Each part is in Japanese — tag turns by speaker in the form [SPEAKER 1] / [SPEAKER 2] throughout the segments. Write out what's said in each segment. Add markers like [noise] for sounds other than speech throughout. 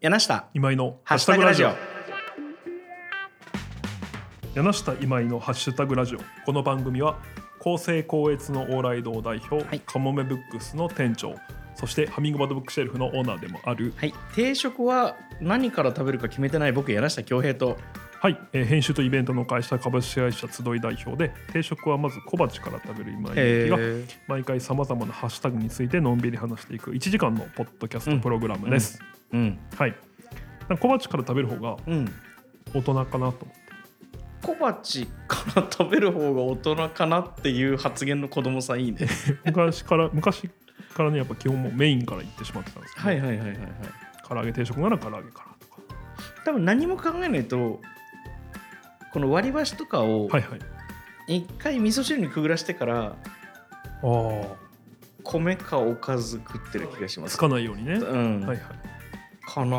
[SPEAKER 1] 柳下
[SPEAKER 2] 今井の
[SPEAKER 1] ハッシュタグラジオ
[SPEAKER 2] 柳下今井のハッシュタグラジオこの番組は公正高越の往来堂代表、
[SPEAKER 1] はい
[SPEAKER 2] カモメブックスの店長そしてハミングバードブックシェルフのオーナーでもある
[SPEAKER 1] はい定食は何から食べるか決めてない僕柳下恭平と
[SPEAKER 2] はい、えー編集とイベントの会社株式会社集い代表で定食はまず小鉢から食べる今井が
[SPEAKER 1] え
[SPEAKER 2] 毎回さまざまなハッシュタグについてのんびり話していく1時間のポッドキャストプログラムです、
[SPEAKER 1] うん
[SPEAKER 2] はいなんか小鉢から食べる方が
[SPEAKER 1] うん
[SPEAKER 2] 大人かなと
[SPEAKER 1] 小鉢から食べる方が大人かなっていう発言の子供さんいいね
[SPEAKER 2] 昔から昔からねやっぱ基本もうメインから行ってしまってたんですけ
[SPEAKER 1] [laughs]
[SPEAKER 2] ど、
[SPEAKER 1] はいはいはいはいはい
[SPEAKER 2] 唐揚げ定食なら唐揚げからとか
[SPEAKER 1] 多分何も考えないとこの割り箸とかを
[SPEAKER 2] はいはい
[SPEAKER 1] 一回味噌汁にくぐらしてから
[SPEAKER 2] あ
[SPEAKER 1] 米かおかず食ってる気がしま
[SPEAKER 2] つ
[SPEAKER 1] す
[SPEAKER 2] かないようにね、
[SPEAKER 1] うん、
[SPEAKER 2] はいはい
[SPEAKER 1] かなあ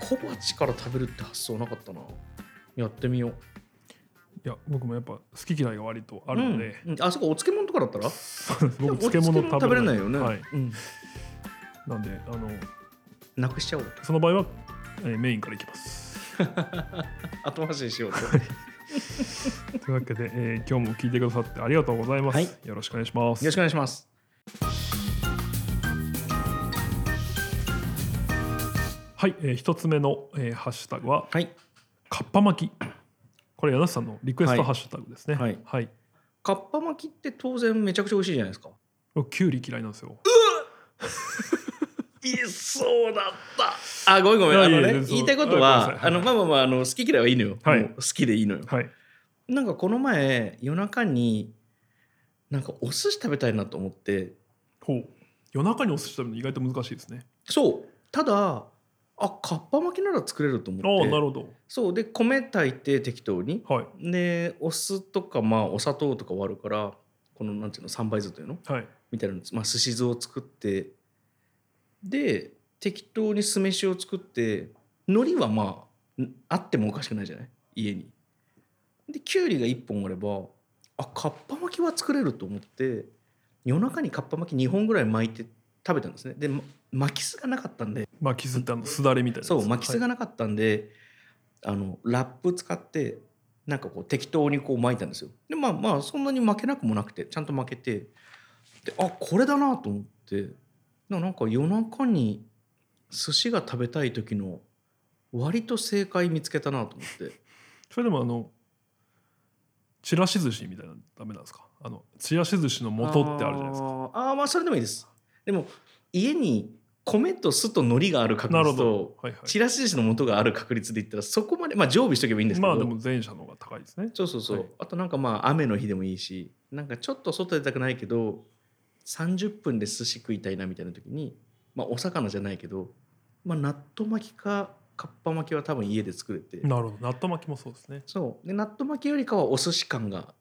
[SPEAKER 1] 小鉢から食べるって発想なかったなやってみよう
[SPEAKER 2] いや僕もやっぱ好き嫌いが割とあるので、
[SPEAKER 1] うんあそこお漬物とかだったら
[SPEAKER 2] そうです
[SPEAKER 1] でも
[SPEAKER 2] [laughs] 僕
[SPEAKER 1] お
[SPEAKER 2] 漬物食べれない
[SPEAKER 1] よね、
[SPEAKER 2] はい、
[SPEAKER 1] うん
[SPEAKER 2] なんであの
[SPEAKER 1] なくしちゃおう
[SPEAKER 2] その場合は、えーメインからいきます。
[SPEAKER 1] 後回しにしようと
[SPEAKER 2] [laughs] というわけで、えー今日も聞いてくださってありがとうございます。
[SPEAKER 1] はい
[SPEAKER 2] よろしくお願いします。
[SPEAKER 1] よろしくお願いします
[SPEAKER 2] はい、えー一つ目の、えーハッシュタグは
[SPEAKER 1] はい
[SPEAKER 2] かっぱ巻き。これ柳瀬さんのリクエス
[SPEAKER 1] は
[SPEAKER 2] ト
[SPEAKER 1] い
[SPEAKER 2] ハッシュタグですね。
[SPEAKER 1] はい
[SPEAKER 2] はい。
[SPEAKER 1] かっぱ巻きって当然めちゃくちゃ美味しいじゃないですか
[SPEAKER 2] 僕キュウリ嫌いなんですよ。
[SPEAKER 1] いそうだったあごめんごめん
[SPEAKER 2] いや
[SPEAKER 1] あ
[SPEAKER 2] いや
[SPEAKER 1] の
[SPEAKER 2] い
[SPEAKER 1] ね
[SPEAKER 2] やそう
[SPEAKER 1] 言いたいこと
[SPEAKER 2] ごめんな
[SPEAKER 1] は
[SPEAKER 2] さい
[SPEAKER 1] あのまあまあまああの好き嫌いはいいのよ、
[SPEAKER 2] はい
[SPEAKER 1] もう好きでいいのよ
[SPEAKER 2] はい。
[SPEAKER 1] なんかこの前夜中になんかお寿司食べたいなと思って
[SPEAKER 2] ほう。夜中にお寿司食べるの意外と難しいですね。
[SPEAKER 1] そうただあかっぱ巻きなら作れると思
[SPEAKER 2] ああ
[SPEAKER 1] って
[SPEAKER 2] なるほど。
[SPEAKER 1] そうで米炊いて適当に
[SPEAKER 2] はい
[SPEAKER 1] でお酢とかまあお砂糖とか割るからこのなんていうの三杯酢というの
[SPEAKER 2] はい
[SPEAKER 1] みたいなのまあすし酢を作ってで適当に酢飯を作って海苔はまあんあってもおかしくないじゃない家に。できゅうりが1本あればあかっぱ巻きは作れると思って夜中にかっぱ巻き2本ぐらい巻いて食べたんですねでま巻き酢がなかったんで
[SPEAKER 2] まあ傷ってあのすだれみたいなやつ。
[SPEAKER 1] そう巻き酢
[SPEAKER 2] はい
[SPEAKER 1] がなかったんで、あのラップ使ってなんかこう適当にこう巻いたんですよでまあまあそんなに巻けなくもなくてちゃんと巻けてであこれだなと思ってななんか夜中に寿司が食べたい時の割と正解見つけたなと思って
[SPEAKER 2] それでもあのちらし寿司みたいなのダメなんですか。あのちらし寿司の元ってあるじゃないですか。
[SPEAKER 1] あーあーまあそれでもいいですでも家に米と酢と海苔がある確
[SPEAKER 2] なる
[SPEAKER 1] 率
[SPEAKER 2] ほど
[SPEAKER 1] と。
[SPEAKER 2] はいはい。
[SPEAKER 1] ちらし寿司の素がある確率で言ったらそこまでまあ常備しとけばいいんですけど、
[SPEAKER 2] まあでも前者の方が高いですね。
[SPEAKER 1] そうそうそう、
[SPEAKER 2] はい
[SPEAKER 1] あとなんかまあ雨の日でもいいしなんかちょっと外出たくないけど30分で寿司食いたいなみたいな時に、まあ、お魚じゃないけど、まあ、納豆巻きかかっぱ巻きは多分家で作れて、
[SPEAKER 2] なるほど。納豆巻きもそうですね。
[SPEAKER 1] そうで納豆巻きよりかはお寿司感が、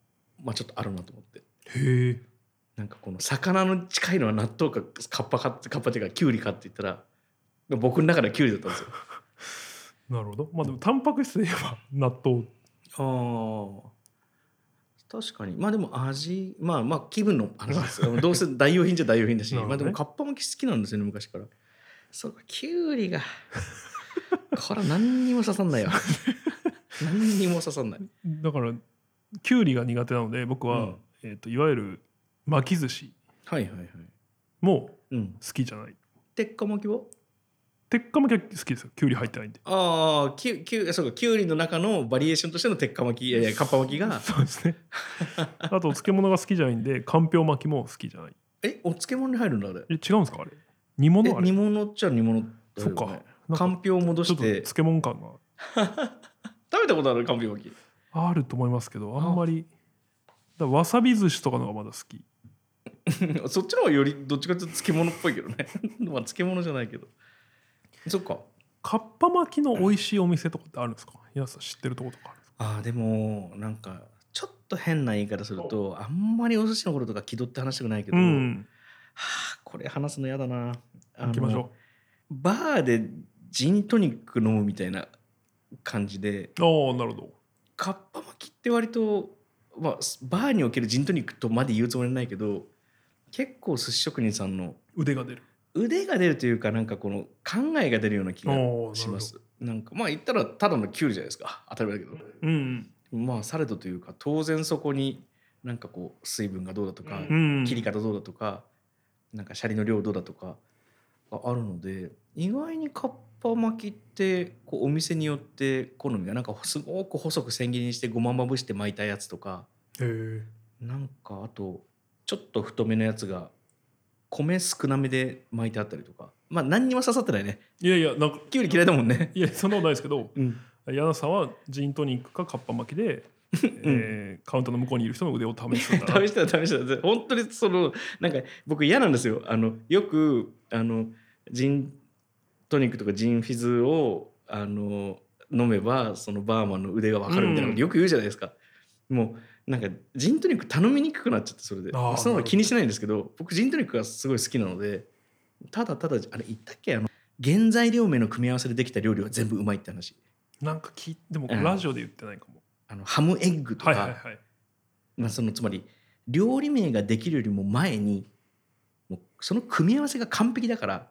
[SPEAKER 1] まあ、ちょっとあるなと思って
[SPEAKER 2] へえ。
[SPEAKER 1] なんかこの魚の近いのは納豆かかっぱかかっぱっていうかきゅうりかって言ったら僕の中ではきゅうりだったんですよ。
[SPEAKER 2] なるほど。まあでもタンパク質で言えば [laughs] 納豆。
[SPEAKER 1] ああ確かにまあでも味まあまあ気分の話ですよどうせ代用品じゃ代用品だし、
[SPEAKER 2] なるほ
[SPEAKER 1] まあ
[SPEAKER 2] ど
[SPEAKER 1] で
[SPEAKER 2] ね
[SPEAKER 1] もかっぱ巻き好きなんですよね昔からそうかきゅうり
[SPEAKER 2] [laughs]
[SPEAKER 1] がこれは何にも刺さんないよ何にも刺さんない
[SPEAKER 2] だからきゅうりが苦手なので僕は、
[SPEAKER 1] うん
[SPEAKER 2] えっといわゆる巻き寿司
[SPEAKER 1] はいはいはい
[SPEAKER 2] も
[SPEAKER 1] うん
[SPEAKER 2] 好きじゃない。
[SPEAKER 1] 鉄火巻きは
[SPEAKER 2] 鉄火巻きは好きですよ。きゅうり入ってないんで。
[SPEAKER 1] ああきゅきゅそうかきゅうりの中のバリエーションとしての鉄火巻きいやいやかっぱ巻き
[SPEAKER 2] [laughs]
[SPEAKER 1] が
[SPEAKER 2] そうですね。あとお漬物が好きじゃないんで、かんぴょう巻きも好きじゃない。
[SPEAKER 1] えお漬物に入るんだあれ
[SPEAKER 2] え、違うんですかあれ。煮
[SPEAKER 1] え
[SPEAKER 2] 物あれ。
[SPEAKER 1] 煮物っちゃ煮物だよね
[SPEAKER 2] そっかなんか
[SPEAKER 1] かんぴょう戻し
[SPEAKER 2] ちょっと
[SPEAKER 1] て
[SPEAKER 2] 漬物感が
[SPEAKER 1] 食べたことあるかんぴょう巻き
[SPEAKER 2] あると思いますけど、あんまり。だからわさび寿司とかのがまだ好き。
[SPEAKER 1] [laughs] そっちの方がよりどっちかというと漬物っぽいけどね [laughs] まあ漬物じゃないけどそっか
[SPEAKER 2] かっぱ巻きの美味しいお店とかってあるんですか。皆さん知ってるところとかあるんです
[SPEAKER 1] あ
[SPEAKER 2] か。
[SPEAKER 1] ーでもなんかちょっと変な言い方するとあんまりお寿司のこととか気取って話したくないけど、
[SPEAKER 2] うん。
[SPEAKER 1] はあこれ話すの嫌だなあの
[SPEAKER 2] 行きましょ
[SPEAKER 1] バーでジントニック飲むみたいな感じで
[SPEAKER 2] う。ああ、なるほど。
[SPEAKER 1] かっぱ巻きって割と、まあ、バーにおけるジントニックとまで言うつもりはないけど結構寿司職人さんの
[SPEAKER 2] 腕が出る。
[SPEAKER 1] 腕が出るというかなんかこの考えが出るような気が
[SPEAKER 2] おー
[SPEAKER 1] しますなんかまあ言ったらただのキュウリじゃないですか当たり前だけど
[SPEAKER 2] なるほどうん
[SPEAKER 1] まあされどというか当然そこになんかこう水分がどうだとか、
[SPEAKER 2] うん
[SPEAKER 1] 切り方どうだとかなんかシャリの量どうだとかがあるので意外にかっぱ巻きってこうお店によって好みがなんかすごく細く千切りにしてごままぶして巻いたやつとか
[SPEAKER 2] へえ
[SPEAKER 1] なんかあとちょっと太めのやつが米少なめで巻いてあったりとかまあ何にも刺さってないね
[SPEAKER 2] いやいやなんか
[SPEAKER 1] きゅうり嫌いだもんね。
[SPEAKER 2] いやそんなことないですけど
[SPEAKER 1] うん、
[SPEAKER 2] 柳さんはジントニックかカッパ巻き
[SPEAKER 1] [laughs]
[SPEAKER 2] で、えーカウンターの向こうにいる人の腕を試すんだな
[SPEAKER 1] 試したら試したら本当にそのなんか僕嫌なんですよあのよくあのジントニックとかジンフィズをあの飲めばそのバーマンの腕が分かるみたいなことよく言うじゃないですか、もうなんかジントニック頼みにくくなっちゃってそれで
[SPEAKER 2] あー
[SPEAKER 1] そんなの気にしないんですけど僕ジントニックがすごい好きなのでただただあれ言ったっけあの原材料名の組み合わせでできた料理は全部うまいって話
[SPEAKER 2] なんか聞いでも
[SPEAKER 1] うん
[SPEAKER 2] ラジオで言ってないかも、
[SPEAKER 1] あのハムエッグとか、
[SPEAKER 2] はいはいはい
[SPEAKER 1] まあ、そのつまり料理名ができるよりも前にもうその組み合わせが完璧だから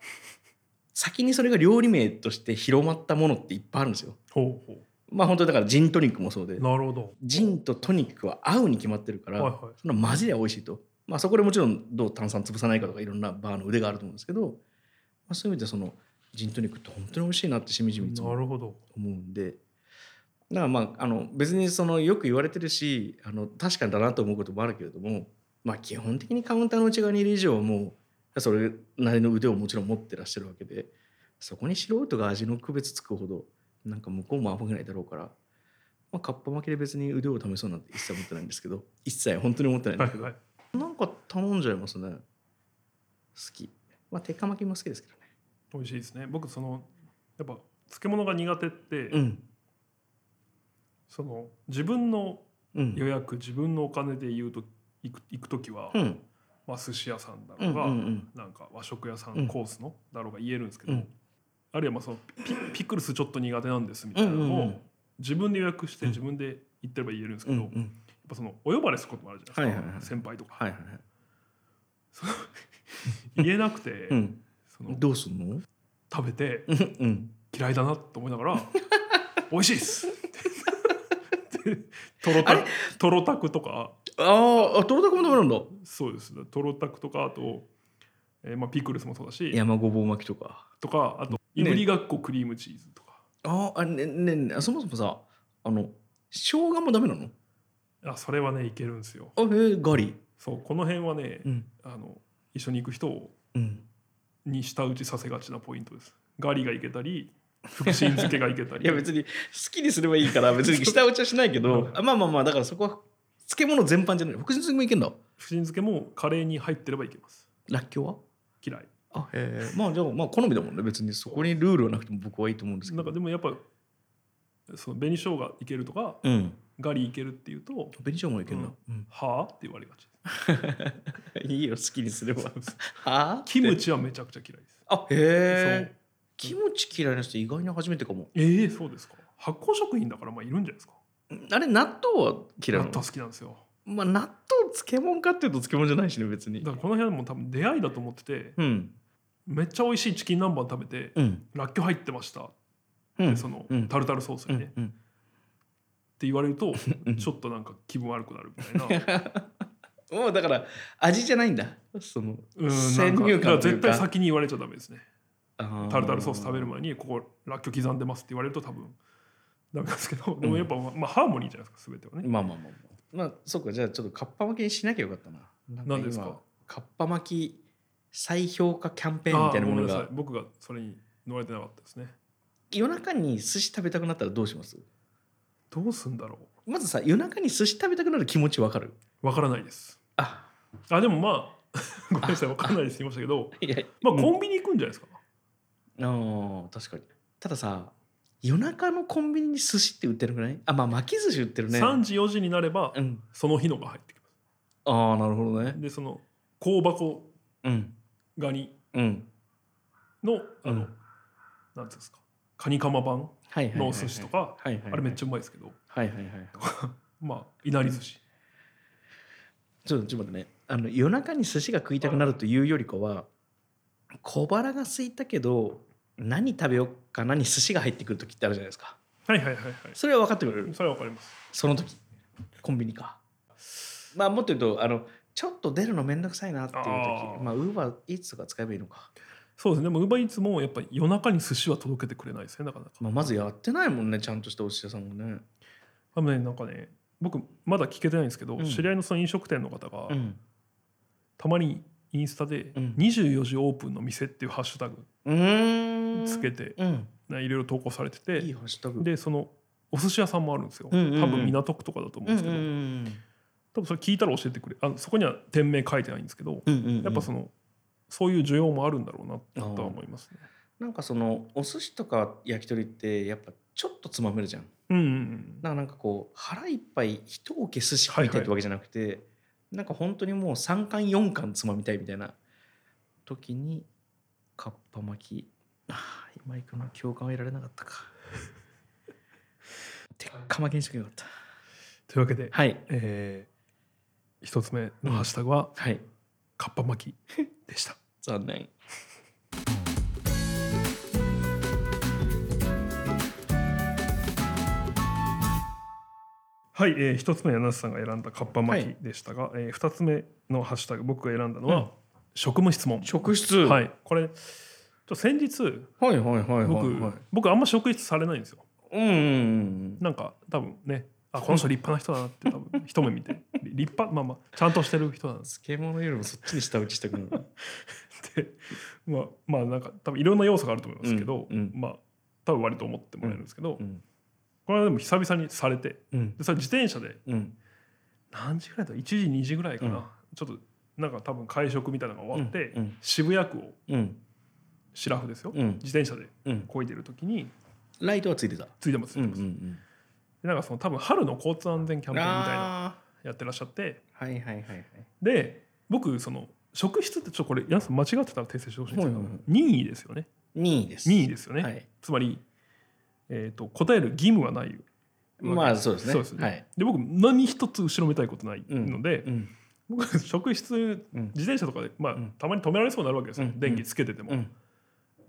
[SPEAKER 1] 先にそれが料理名として広まったものっていっぱいあるんですよ。
[SPEAKER 2] ほうほ
[SPEAKER 1] まあ本当にだからジントニックもそうで
[SPEAKER 2] うなるほど
[SPEAKER 1] ジンとトニックは合うに決まってるから、
[SPEAKER 2] はいはい
[SPEAKER 1] その混ぜりゃ美味しいと、まあ、そこでもちろんどう炭酸潰さないかとかいろんなバーの腕があると思うんですけど、まあ、そういう意味でそのジントニックって本当に美味しいなってしみじみいつも
[SPEAKER 2] なるほど
[SPEAKER 1] 思うんでだからまああの別にそのよく言われてるしあの確かだなと思うこともあるけれども、まあ、基本的にカウンターの内側にいる以上はもうそれなりの腕をもちろん持ってらっしゃるわけでそこに素人が味の区別つくほどなんか向こうも危ないだろうから、まあ、かっぱ巻きで別に腕を試そうなんて一切思ってないんですけど一切本当に思ってないん
[SPEAKER 2] は
[SPEAKER 1] だ
[SPEAKER 2] い
[SPEAKER 1] けど、
[SPEAKER 2] はい
[SPEAKER 1] なんか頼んじゃいますね好きまあ鉄火巻きも好きですけどね
[SPEAKER 2] 美味しいですね僕そのやっぱ漬物が苦手って、
[SPEAKER 1] うん
[SPEAKER 2] その自分の
[SPEAKER 1] うん
[SPEAKER 2] 予約自分のお金で言うと行く行く時は、
[SPEAKER 1] うん
[SPEAKER 2] まあ、寿司屋さんだ
[SPEAKER 1] うんう
[SPEAKER 2] ろうんが、
[SPEAKER 1] うん
[SPEAKER 2] なんか和食屋さ
[SPEAKER 1] うん
[SPEAKER 2] んコースのだろうが言えるんですけど、
[SPEAKER 1] うん
[SPEAKER 2] あるいはまあそのピピクルスちょっと苦手なんですみた
[SPEAKER 1] う
[SPEAKER 2] い
[SPEAKER 1] ん
[SPEAKER 2] な
[SPEAKER 1] う
[SPEAKER 2] の
[SPEAKER 1] んう
[SPEAKER 2] も、
[SPEAKER 1] ん
[SPEAKER 2] 自分で予約して
[SPEAKER 1] うん
[SPEAKER 2] 自分で行ってれば言えるんですけ
[SPEAKER 1] う
[SPEAKER 2] ど、
[SPEAKER 1] んう
[SPEAKER 2] やっ
[SPEAKER 1] ん
[SPEAKER 2] ぱそのお呼ばれすることもあるじゃないです
[SPEAKER 1] は
[SPEAKER 2] か、
[SPEAKER 1] いはいはい
[SPEAKER 2] 先輩とか
[SPEAKER 1] はいはいはい。
[SPEAKER 2] 言えなくて、
[SPEAKER 1] ん。
[SPEAKER 2] その
[SPEAKER 1] どうすんの？
[SPEAKER 2] 食べて
[SPEAKER 1] うん。
[SPEAKER 2] 嫌いだなと思いながら
[SPEAKER 1] [laughs]
[SPEAKER 2] 「美味しいっす!」でトロ
[SPEAKER 1] あ
[SPEAKER 2] タ
[SPEAKER 1] れ
[SPEAKER 2] トロタクとか
[SPEAKER 1] ああ、トロタコもダメなんだ。
[SPEAKER 2] そうですねトロタクとかあと、えーまあ、ピクルスもそうだし
[SPEAKER 1] 山ごぼう巻きとか。
[SPEAKER 2] とかあといぶりがっこクリームチーズとか、
[SPEAKER 1] あーあ、ねねね、そもそもさ、あの生姜もダメなの？
[SPEAKER 2] あそれはねいけるんですよ
[SPEAKER 1] あ、へえ、ガリ。
[SPEAKER 2] そうこの辺はね、
[SPEAKER 1] うん。
[SPEAKER 2] あの一緒に行く人を
[SPEAKER 1] うん。
[SPEAKER 2] に舌打ちさせがちなポイントですガリがいけ
[SPEAKER 1] [laughs]
[SPEAKER 2] たり福神漬けがいけたり
[SPEAKER 1] いや別に好きにすればいい [laughs] から別に下打ちはしないけど
[SPEAKER 2] う、ん
[SPEAKER 1] あまあまあまあだからそこは漬物全般じゃない。福神漬けもいけんだ。
[SPEAKER 2] 福神漬けもカレーに入ってればいけます
[SPEAKER 1] らっきょうは？
[SPEAKER 2] 嫌い
[SPEAKER 1] あ、へえ。まあじゃあまあ好みだもんね。別にそこにルールはなくても僕はいいと思うんですけ
[SPEAKER 2] な
[SPEAKER 1] ど。
[SPEAKER 2] んかでもやっぱその紅生姜いけるとか
[SPEAKER 1] うん。
[SPEAKER 2] ガリいけるっていうと
[SPEAKER 1] 紅生姜もいけんだ。うん
[SPEAKER 2] 「はあ?」って言われがち
[SPEAKER 1] [laughs] いいよ好きにすれば。は
[SPEAKER 2] です
[SPEAKER 1] あ？
[SPEAKER 2] キムチはめちゃくちゃ嫌いです
[SPEAKER 1] あへえ。キムチ嫌いな人意外に初めてかも。
[SPEAKER 2] そうええそうですか発酵食品だからまあいるんじゃないですか
[SPEAKER 1] あれ納豆は嫌い
[SPEAKER 2] 納
[SPEAKER 1] なの
[SPEAKER 2] 豆好きなんですよ
[SPEAKER 1] まあ、納豆漬物かっていうと漬物じゃないしね別に
[SPEAKER 2] だ。からこの辺も多分出会いだと思ってて
[SPEAKER 1] うん
[SPEAKER 2] めっちゃ美味しいチキン南蛮食べて
[SPEAKER 1] うん
[SPEAKER 2] らっきょう入ってました
[SPEAKER 1] う
[SPEAKER 2] で
[SPEAKER 1] ん
[SPEAKER 2] その
[SPEAKER 1] うん
[SPEAKER 2] タルタルソース
[SPEAKER 1] う
[SPEAKER 2] にね
[SPEAKER 1] んうん
[SPEAKER 2] って言われると
[SPEAKER 1] うん
[SPEAKER 2] ちょっとなんか気分悪くなるみた
[SPEAKER 1] [laughs]
[SPEAKER 2] いな
[SPEAKER 1] もうだから味じゃないんだその
[SPEAKER 2] うん
[SPEAKER 1] 先
[SPEAKER 2] な
[SPEAKER 1] 入
[SPEAKER 2] んかだから
[SPEAKER 1] 観とい
[SPEAKER 2] 絶
[SPEAKER 1] うか
[SPEAKER 2] 対先に言われちゃダメですねタルタルソース食べる
[SPEAKER 1] も
[SPEAKER 2] 前にここらっきょう刻んでますって言われると多分ダメなんですけどでもやっぱまあハーモニーじゃないですか全てはね
[SPEAKER 1] まあまあまあまあまあそうかじゃあちょっとカッパ巻きにしなきゃよかったな
[SPEAKER 2] 何ですか
[SPEAKER 1] カッパ巻き再評価キャンペーン
[SPEAKER 2] あ
[SPEAKER 1] みたい
[SPEAKER 2] ー
[SPEAKER 1] な
[SPEAKER 2] ご
[SPEAKER 1] も
[SPEAKER 2] めん
[SPEAKER 1] の
[SPEAKER 2] なさい
[SPEAKER 1] が
[SPEAKER 2] 僕がそれに乗れてなかったですね
[SPEAKER 1] 夜中に寿司食べたくなったらどうします
[SPEAKER 2] どうすんだろ
[SPEAKER 1] まずさ夜中に寿司食べたくなる気持ちわかる
[SPEAKER 2] うわからないです
[SPEAKER 1] あ
[SPEAKER 2] あでもまあ [laughs] ごめんなさいわからないですって言いましたけど
[SPEAKER 1] [laughs] いや
[SPEAKER 2] まあ
[SPEAKER 1] うん
[SPEAKER 2] コンビニ行くんじゃないですか
[SPEAKER 1] ああ確かにたださ夜中のコンビニに寿司って売ってなくないあまあ巻き寿司売ってるね
[SPEAKER 2] 3時4時になれば
[SPEAKER 1] うん
[SPEAKER 2] その日のが入ってきま
[SPEAKER 1] ああなるほどね
[SPEAKER 2] すでその香箱
[SPEAKER 1] うん
[SPEAKER 2] ガニ
[SPEAKER 1] うん
[SPEAKER 2] のあの、
[SPEAKER 1] うん
[SPEAKER 2] なんていうんですかカニカマ版
[SPEAKER 1] はいはいはいはい
[SPEAKER 2] のお寿司とか
[SPEAKER 1] はいはいはい
[SPEAKER 2] あれめっちゃうまいですけど
[SPEAKER 1] はいはいはい
[SPEAKER 2] まあいなり寿司
[SPEAKER 1] ちょっとちょっと待ってねあの夜中に寿司が食いたくなるというよりかは小腹が空いたけど何食べようかなに寿司が入ってくる時ってあるじゃないですか
[SPEAKER 2] はいはいはいは
[SPEAKER 1] それは分かってくれる
[SPEAKER 2] いそれはわかります
[SPEAKER 1] その時コンビニかまあもっと言うとあのちょっと出るの面倒くさいなっていう時
[SPEAKER 2] あー
[SPEAKER 1] まあウーバーイーツとか使えばいいのか、
[SPEAKER 2] そうですねでもウーバーイーツもやっぱり夜中に寿司は届けてくれないですねなかなか
[SPEAKER 1] まあ、まずやってないもんねちゃんとしたお寿司屋さんもね
[SPEAKER 2] 多分ねなんかね僕まだ聞けてないんですけど、
[SPEAKER 1] うん
[SPEAKER 2] 知り合いのその飲食店の方が、
[SPEAKER 1] うん
[SPEAKER 2] たまにインスタで
[SPEAKER 1] うん
[SPEAKER 2] 「24時オープンの店」っていうハッシュタグ
[SPEAKER 1] うーん
[SPEAKER 2] つけて、
[SPEAKER 1] うん
[SPEAKER 2] ねいろいろ投稿されてて
[SPEAKER 1] いいハッシュタグ
[SPEAKER 2] でそのお寿司屋さんもあるんですよ、
[SPEAKER 1] うんうんうん
[SPEAKER 2] 多分港区とかだと思うん
[SPEAKER 1] うん
[SPEAKER 2] で
[SPEAKER 1] う
[SPEAKER 2] す
[SPEAKER 1] んう
[SPEAKER 2] けど、
[SPEAKER 1] ん
[SPEAKER 2] 多分それ聞いたら教えてくれあのそこには店名書いてないんですけど、
[SPEAKER 1] うんうんうん
[SPEAKER 2] やっぱそのそういう需要もあるんだろうなとは思いますね。
[SPEAKER 1] なんかそのお寿司とか焼き鳥ってやっぱちょっとつまめるじゃん
[SPEAKER 2] うんうんうん
[SPEAKER 1] だからなんかこう腹いっぱい一桶寿司食いたいってわけじゃなくて、なんか本当にもう3巻4巻つまみたいみたいな時にかっぱ巻きあー今行くのは共感は得られなかった [laughs] か鉄火巻きにしとけばよかっ
[SPEAKER 2] というわけで、
[SPEAKER 1] たはい
[SPEAKER 2] えー一つ目のハッシュタグは
[SPEAKER 1] はい
[SPEAKER 2] 「かっぱ巻き」でした。
[SPEAKER 1] 残念
[SPEAKER 2] はい、えー、1つ目柳瀬さんが選んだかっぱ
[SPEAKER 1] は
[SPEAKER 2] 巻
[SPEAKER 1] い
[SPEAKER 2] きでしたが、えー、2つ目のハッシュタグ僕が選んだのは、
[SPEAKER 1] うん
[SPEAKER 2] 職務質問、
[SPEAKER 1] 職質、、
[SPEAKER 2] はいい、これちょっと先日
[SPEAKER 1] はいはいはいはい
[SPEAKER 2] 僕、
[SPEAKER 1] はい
[SPEAKER 2] 僕あんま職質されないんですよ
[SPEAKER 1] うんうんうん
[SPEAKER 2] なんか多分ねあこの人立派な人だなって多分一目見て
[SPEAKER 1] [laughs]
[SPEAKER 2] り立派まあまあちゃんとしてる人なんです
[SPEAKER 1] 漬物よりもそっちに下打ちしたくなる
[SPEAKER 2] ってまあまあなんか多分いろんな要素があると思いますけど、
[SPEAKER 1] うんうん
[SPEAKER 2] まあ多分割と思ってもらえるんですけど、
[SPEAKER 1] [laughs] うん
[SPEAKER 2] これはでも久々にされて
[SPEAKER 1] うん
[SPEAKER 2] でそれ自転車で
[SPEAKER 1] うん
[SPEAKER 2] 何時ぐらいだ1時2時ぐらいかな、
[SPEAKER 1] うん
[SPEAKER 2] ちょっとなんか多分会食みたいなのが終わって、
[SPEAKER 1] うん
[SPEAKER 2] 渋谷区を
[SPEAKER 1] うん
[SPEAKER 2] 白フですよ、
[SPEAKER 1] うん
[SPEAKER 2] 自転車で
[SPEAKER 1] うん
[SPEAKER 2] 漕いでる時に
[SPEAKER 1] ライトはついてた
[SPEAKER 2] ついてますついてます、
[SPEAKER 1] ん
[SPEAKER 2] でなんかその多分春の交通安全キャンペーンみたいな
[SPEAKER 1] あ
[SPEAKER 2] やってらっしゃって
[SPEAKER 1] ーはいはいはいはい
[SPEAKER 2] で僕その職質ってちょっとこれ皆さん間違ってたら訂正してほしいんですけど、
[SPEAKER 1] はいはいはい
[SPEAKER 2] 任意ですよね
[SPEAKER 1] 任意です
[SPEAKER 2] 任意ですよね、
[SPEAKER 1] はい
[SPEAKER 2] つまり、えー、と答える義務はないよ
[SPEAKER 1] まあそうですね
[SPEAKER 2] そうですね
[SPEAKER 1] はい
[SPEAKER 2] で僕何一つ後ろめたいことないので、
[SPEAKER 1] うん
[SPEAKER 2] 僕職質
[SPEAKER 1] うん
[SPEAKER 2] 自転車とかで、まあ
[SPEAKER 1] うん
[SPEAKER 2] たまに止められそうになるわけですよ、
[SPEAKER 1] うん
[SPEAKER 2] 電気つけてても、
[SPEAKER 1] うん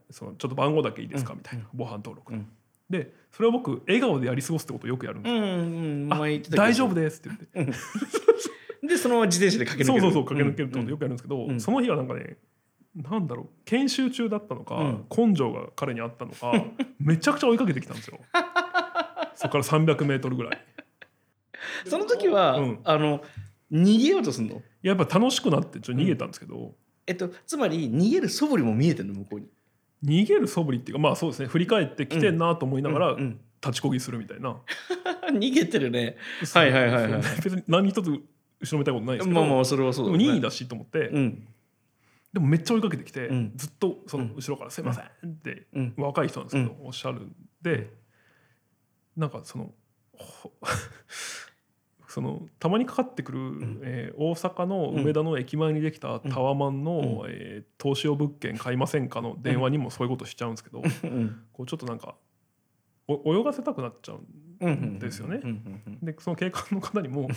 [SPEAKER 2] そのちょっと番号だけいいですか
[SPEAKER 1] うん
[SPEAKER 2] みたいな、防犯登録
[SPEAKER 1] う
[SPEAKER 2] の、
[SPEAKER 1] ん
[SPEAKER 2] でそれを僕笑顔でやり過ごすってことをよくやるん
[SPEAKER 1] う
[SPEAKER 2] ですよ、
[SPEAKER 1] ん
[SPEAKER 2] あ大丈夫
[SPEAKER 1] で
[SPEAKER 2] ですって言って
[SPEAKER 1] でそのまま自転車で駆け抜
[SPEAKER 2] そ
[SPEAKER 1] ける
[SPEAKER 2] うそうそう駆け抜けるってことよくやるんですけど、
[SPEAKER 1] うん
[SPEAKER 2] その日はなんかねなんだろう研修中だったのか、
[SPEAKER 1] うん
[SPEAKER 2] 根性が彼にあったのか [laughs] めちゃくちゃ追いかけてきた
[SPEAKER 1] [laughs]
[SPEAKER 2] んですよそこから3 0 0ルぐらい
[SPEAKER 1] うんその時は
[SPEAKER 2] うん
[SPEAKER 1] あの逃げようとするの
[SPEAKER 2] やっぱ楽しくなってちょっと逃げたんですけど、
[SPEAKER 1] えっとつまり逃げる素振りも見えてるの向こうに
[SPEAKER 2] 逃げる素振りっていうかまあそうですね振り返ってきてんなと思いながら
[SPEAKER 1] うん
[SPEAKER 2] 立ちこぎするみたいな、
[SPEAKER 1] 逃げてるね [laughs] はいはいはいはい
[SPEAKER 2] [laughs] そう別に何一つ後ろめたいことないですけど、
[SPEAKER 1] まあまあそれはそ
[SPEAKER 2] で
[SPEAKER 1] う
[SPEAKER 2] も
[SPEAKER 1] だね
[SPEAKER 2] 任意だしと思って、
[SPEAKER 1] うん
[SPEAKER 2] でもめっちゃ追いかけてきて、
[SPEAKER 1] うん
[SPEAKER 2] ずっとその後ろから「すいません」って
[SPEAKER 1] うん
[SPEAKER 2] 若い人なんですけど、おっしゃるんでなんかそのほ [laughs] そのたまにかかってくる、
[SPEAKER 1] ん
[SPEAKER 2] えー大阪の梅田の駅前にできたタワマンの、
[SPEAKER 1] うん
[SPEAKER 2] えー投資用物件買いませんかの電話にもそういうことしちゃうんですけど、
[SPEAKER 1] うん
[SPEAKER 2] こうちょっとなんかお泳がせたくなっちゃう
[SPEAKER 1] うんうん
[SPEAKER 2] ですよね
[SPEAKER 1] うんうん
[SPEAKER 2] でその警官の方にも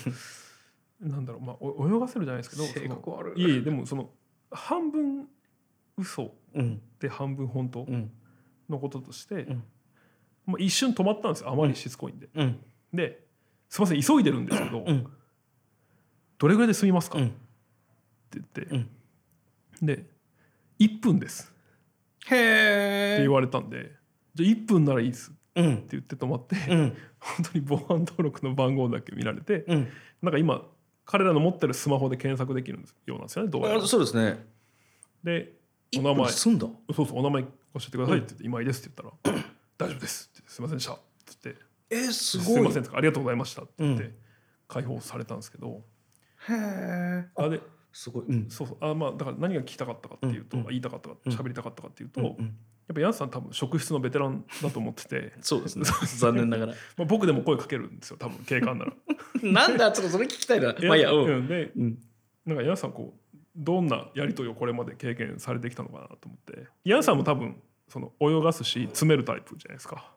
[SPEAKER 2] なんだろう、まあ、お泳がせるじゃないですけ
[SPEAKER 1] うん性
[SPEAKER 2] どその
[SPEAKER 1] 格悪
[SPEAKER 2] いえいえでもその半分嘘
[SPEAKER 1] うん
[SPEAKER 2] で半分本当
[SPEAKER 1] うん
[SPEAKER 2] のこととして、
[SPEAKER 1] ん
[SPEAKER 2] まあ、一瞬止まったんですよあまりしつこいんで。
[SPEAKER 1] うん
[SPEAKER 2] ですいません急いでるんですけど、
[SPEAKER 1] うん
[SPEAKER 2] どれぐらいで済みますか、
[SPEAKER 1] う
[SPEAKER 2] っ
[SPEAKER 1] ん
[SPEAKER 2] て言って、
[SPEAKER 1] うん
[SPEAKER 2] で1分です
[SPEAKER 1] へえ
[SPEAKER 2] って言われたんで、じゃあ1分ならいいですって
[SPEAKER 1] うん
[SPEAKER 2] 言って止まって、
[SPEAKER 1] うん
[SPEAKER 2] 本当に防犯登録の番号だけ見られて、
[SPEAKER 1] うん
[SPEAKER 2] なんか今彼らの持ってるスマホで検索できるようなんですよねどうやら
[SPEAKER 1] あ。そうですね
[SPEAKER 2] でお名前
[SPEAKER 1] 一本済んだ
[SPEAKER 2] そうそうお名前教えてくださいって言って、今井ですって言ったら「大丈夫です」って言って「すいませんでした」って言って
[SPEAKER 1] えーす
[SPEAKER 2] 「
[SPEAKER 1] ごい
[SPEAKER 2] すいません」とか「ありがとうございました」って言って、
[SPEAKER 1] うん
[SPEAKER 2] 解放されたんですけど
[SPEAKER 1] へえ
[SPEAKER 2] あです
[SPEAKER 1] ごいうん
[SPEAKER 2] そうそうあまあだから何が聞きたかったかっていうと、
[SPEAKER 1] うんうん
[SPEAKER 2] 言いたかったか
[SPEAKER 1] うん
[SPEAKER 2] 喋りたかったかっていうと、やっ
[SPEAKER 1] うん、
[SPEAKER 2] ぱヤンさん多分職質のベテランだと思ってて
[SPEAKER 1] [laughs] そうですね
[SPEAKER 2] そうですね
[SPEAKER 1] 残念ながら
[SPEAKER 2] まあ、僕でも声かけるんですよ多分警官なら。
[SPEAKER 1] なんだちょっとそれ聞きたいな [laughs] まあいいやうん
[SPEAKER 2] うんで
[SPEAKER 1] うん
[SPEAKER 2] なんかヤンさんこうどんなやり取りをこれまで経験されてきたのかなと思ってヤンさんも多分その泳がすし詰めるタイプじゃないですか。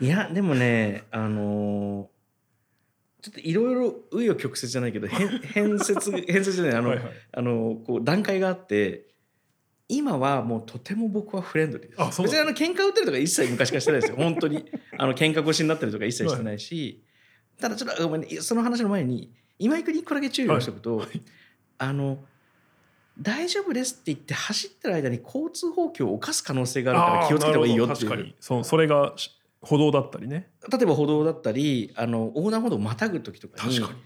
[SPEAKER 1] いやでもねあのーちょっといろいろ紆余曲折じ [laughs] ゃないけど変変説変説じゃないあの
[SPEAKER 2] はいはい
[SPEAKER 1] あのこう段階があって今はもうとても僕はフレンドリーです
[SPEAKER 2] あそう
[SPEAKER 1] 別にあの喧嘩売ってるとか一切昔からしてない
[SPEAKER 2] [laughs]
[SPEAKER 1] ですよ本当にあの喧嘩腰になったりとか一切してないし、ただちょっとごめん、ね、その話の前に今井君に一個だけ注意をしておくと、あの大丈夫ですって言って走ってる間に交通法規を犯す可能性があるから気をつけた方がいいよ
[SPEAKER 2] あーなるほど
[SPEAKER 1] っていう
[SPEAKER 2] 確かにそうそれがし歩道だったりね
[SPEAKER 1] 例えば歩道だったりあの横断歩道をまたぐ時とかに
[SPEAKER 2] 確かに、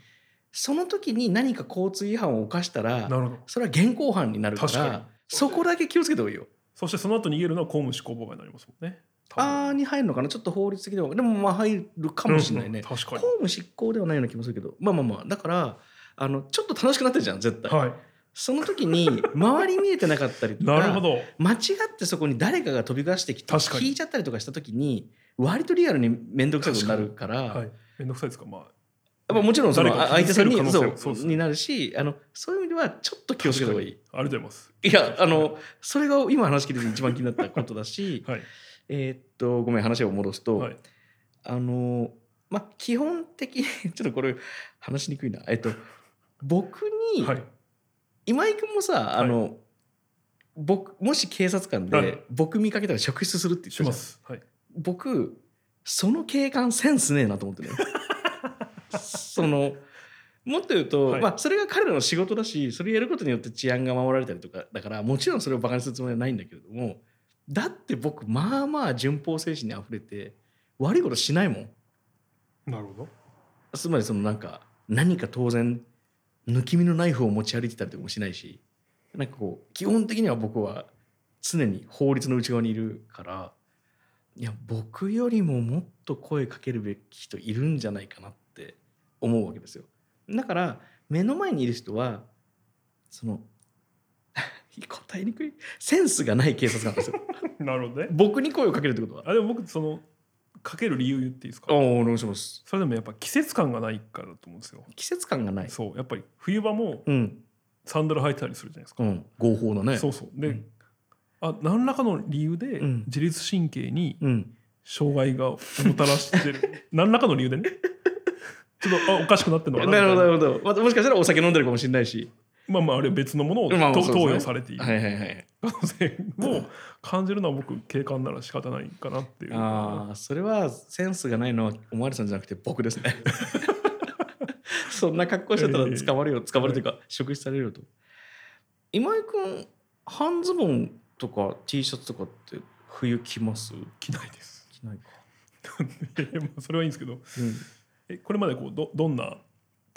[SPEAKER 1] その時に何か交通違反を犯したら
[SPEAKER 2] なるほど
[SPEAKER 1] それは現行犯になるか
[SPEAKER 2] 確かに
[SPEAKER 1] らそこだけ気をつけた方がいいよ。
[SPEAKER 2] そしてその後逃げるのは公務執行妨害になりますもんね
[SPEAKER 1] あーに入るのかなちょっと法律的でもでもまあ入るかもしれないね、
[SPEAKER 2] うんうん確か
[SPEAKER 1] 公務執行ではないような気もするけどまあまあまあだからあのちょっと楽しくなってるじゃん絶対、
[SPEAKER 2] にはい
[SPEAKER 1] その時に周り見えてなかったりとか
[SPEAKER 2] [laughs] なるほど
[SPEAKER 1] 間違ってそこに誰かが飛び出してきて
[SPEAKER 2] 確かに
[SPEAKER 1] 聞いちゃったりとかした時に割とリアルに面倒くさくなるから
[SPEAKER 2] はい面倒くさいですかまあ
[SPEAKER 1] やっぱもちろんその
[SPEAKER 2] 誰か
[SPEAKER 1] あ
[SPEAKER 2] が
[SPEAKER 1] 相手さんに
[SPEAKER 2] 傷つけ
[SPEAKER 1] そ
[SPEAKER 2] る可
[SPEAKER 1] う
[SPEAKER 2] 能性もそうですね
[SPEAKER 1] になるしあのそういう意味ではちょっと気をつけた方がいい。
[SPEAKER 2] 確かにありがとうございます
[SPEAKER 1] いやあのそれが今話聞いてて一番気になったことだし
[SPEAKER 2] [laughs] はい
[SPEAKER 1] えーっとごめん話を戻すと、
[SPEAKER 2] はい
[SPEAKER 1] あのまあ基本的に [laughs] ちょっとこれ話しにくいなえっと僕に、
[SPEAKER 2] はい
[SPEAKER 1] 今井君もさあの、僕もし警察官で、
[SPEAKER 2] はい
[SPEAKER 1] 僕見かけたら職質するって言って
[SPEAKER 2] した
[SPEAKER 1] じゃ
[SPEAKER 2] ま
[SPEAKER 1] ん
[SPEAKER 2] すはい
[SPEAKER 1] 僕その警官センスねえなと思
[SPEAKER 2] [laughs]
[SPEAKER 1] ってねそのもっと言うと、
[SPEAKER 2] はい
[SPEAKER 1] まあ、それが彼らの仕事だしそれやることによって治安が守られたりとかだからもちろんそれをバカにするつもりはないんだけれどもだって僕まあまあ順法精神にあふれて悪いことしないもん
[SPEAKER 2] なるほど
[SPEAKER 1] つまりそのなんか何か当然抜き身のナイフを持ち歩いてたりとかもしないしなんかこう基本的には僕は常に法律の内側にいるからいや僕よりももっと声かけるべき人いるんじゃないかなって思うわけですよだから目の前にいる人はその [laughs] 答えにくいセンスがない警察官なんですよ
[SPEAKER 2] [laughs] なるほどね
[SPEAKER 1] 僕に声をかけるってことは
[SPEAKER 2] あでも僕そのかける理由言っていいですか
[SPEAKER 1] あお願いします
[SPEAKER 2] それでもやっぱ季節感がないからだと思うんですよ
[SPEAKER 1] 季節感がない
[SPEAKER 2] そうやっぱり冬場も
[SPEAKER 1] うん
[SPEAKER 2] サンダル履いてたりするじゃないですか、
[SPEAKER 1] うん合法だね
[SPEAKER 2] そうそうで、
[SPEAKER 1] うん
[SPEAKER 2] あ何らかの理由で
[SPEAKER 1] うん
[SPEAKER 2] 自律神経に
[SPEAKER 1] うん
[SPEAKER 2] 障害がもたらして
[SPEAKER 1] [laughs]
[SPEAKER 2] る何らかの理由でねちょっとあおかしくなってんのかな
[SPEAKER 1] なるほどな
[SPEAKER 2] みたいな
[SPEAKER 1] るほど、まあ、もしかしたらお酒飲んでるかもしれないし、
[SPEAKER 2] まあまああれは別のものを、
[SPEAKER 1] まあまあ
[SPEAKER 2] と
[SPEAKER 1] そうですね
[SPEAKER 2] 投与されている [laughs]
[SPEAKER 1] はいはいはい
[SPEAKER 2] 可能性を感じるのは僕警官なら仕方ないかなっていう
[SPEAKER 1] ああそれはセンスがないのはおまわりさんじゃなくて僕です [laughs] ねそんな格好してたら捕まるよ捕まるというか職質されるよと今井君半ズボンとか T シャツとかって冬着ます
[SPEAKER 2] 着ないです [laughs]
[SPEAKER 1] 着ないか、
[SPEAKER 2] いやまあそれはいいんですけど
[SPEAKER 1] うん、
[SPEAKER 2] えこれまでこうどどんな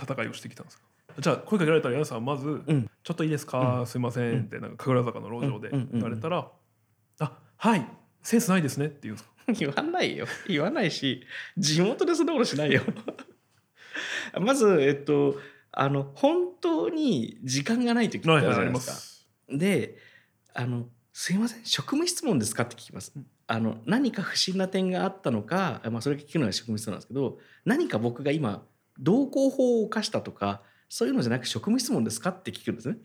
[SPEAKER 2] 戦いをしてきたんですかじゃあ声かけられたら皆さんまず、
[SPEAKER 1] ん
[SPEAKER 2] ちょっといいですか、すいません」ってなんか神楽坂の路上で
[SPEAKER 1] うんうんうんうん
[SPEAKER 2] 言われたら「あはいセンスないですね」って言うんですか
[SPEAKER 1] 言わないよ言わないし地元でそんなことしないよ [laughs] まずえっとあの本当に時間がない時ってあるじゃないですか、であの「すいません職務質問ですか?」って聞きます。あの何か不審な点があったのか、まあ、それ聞くのが職務質問なんですけど何か僕が今同行法を犯したとかそういうのじゃなく職務質問ですかって聞くんですね。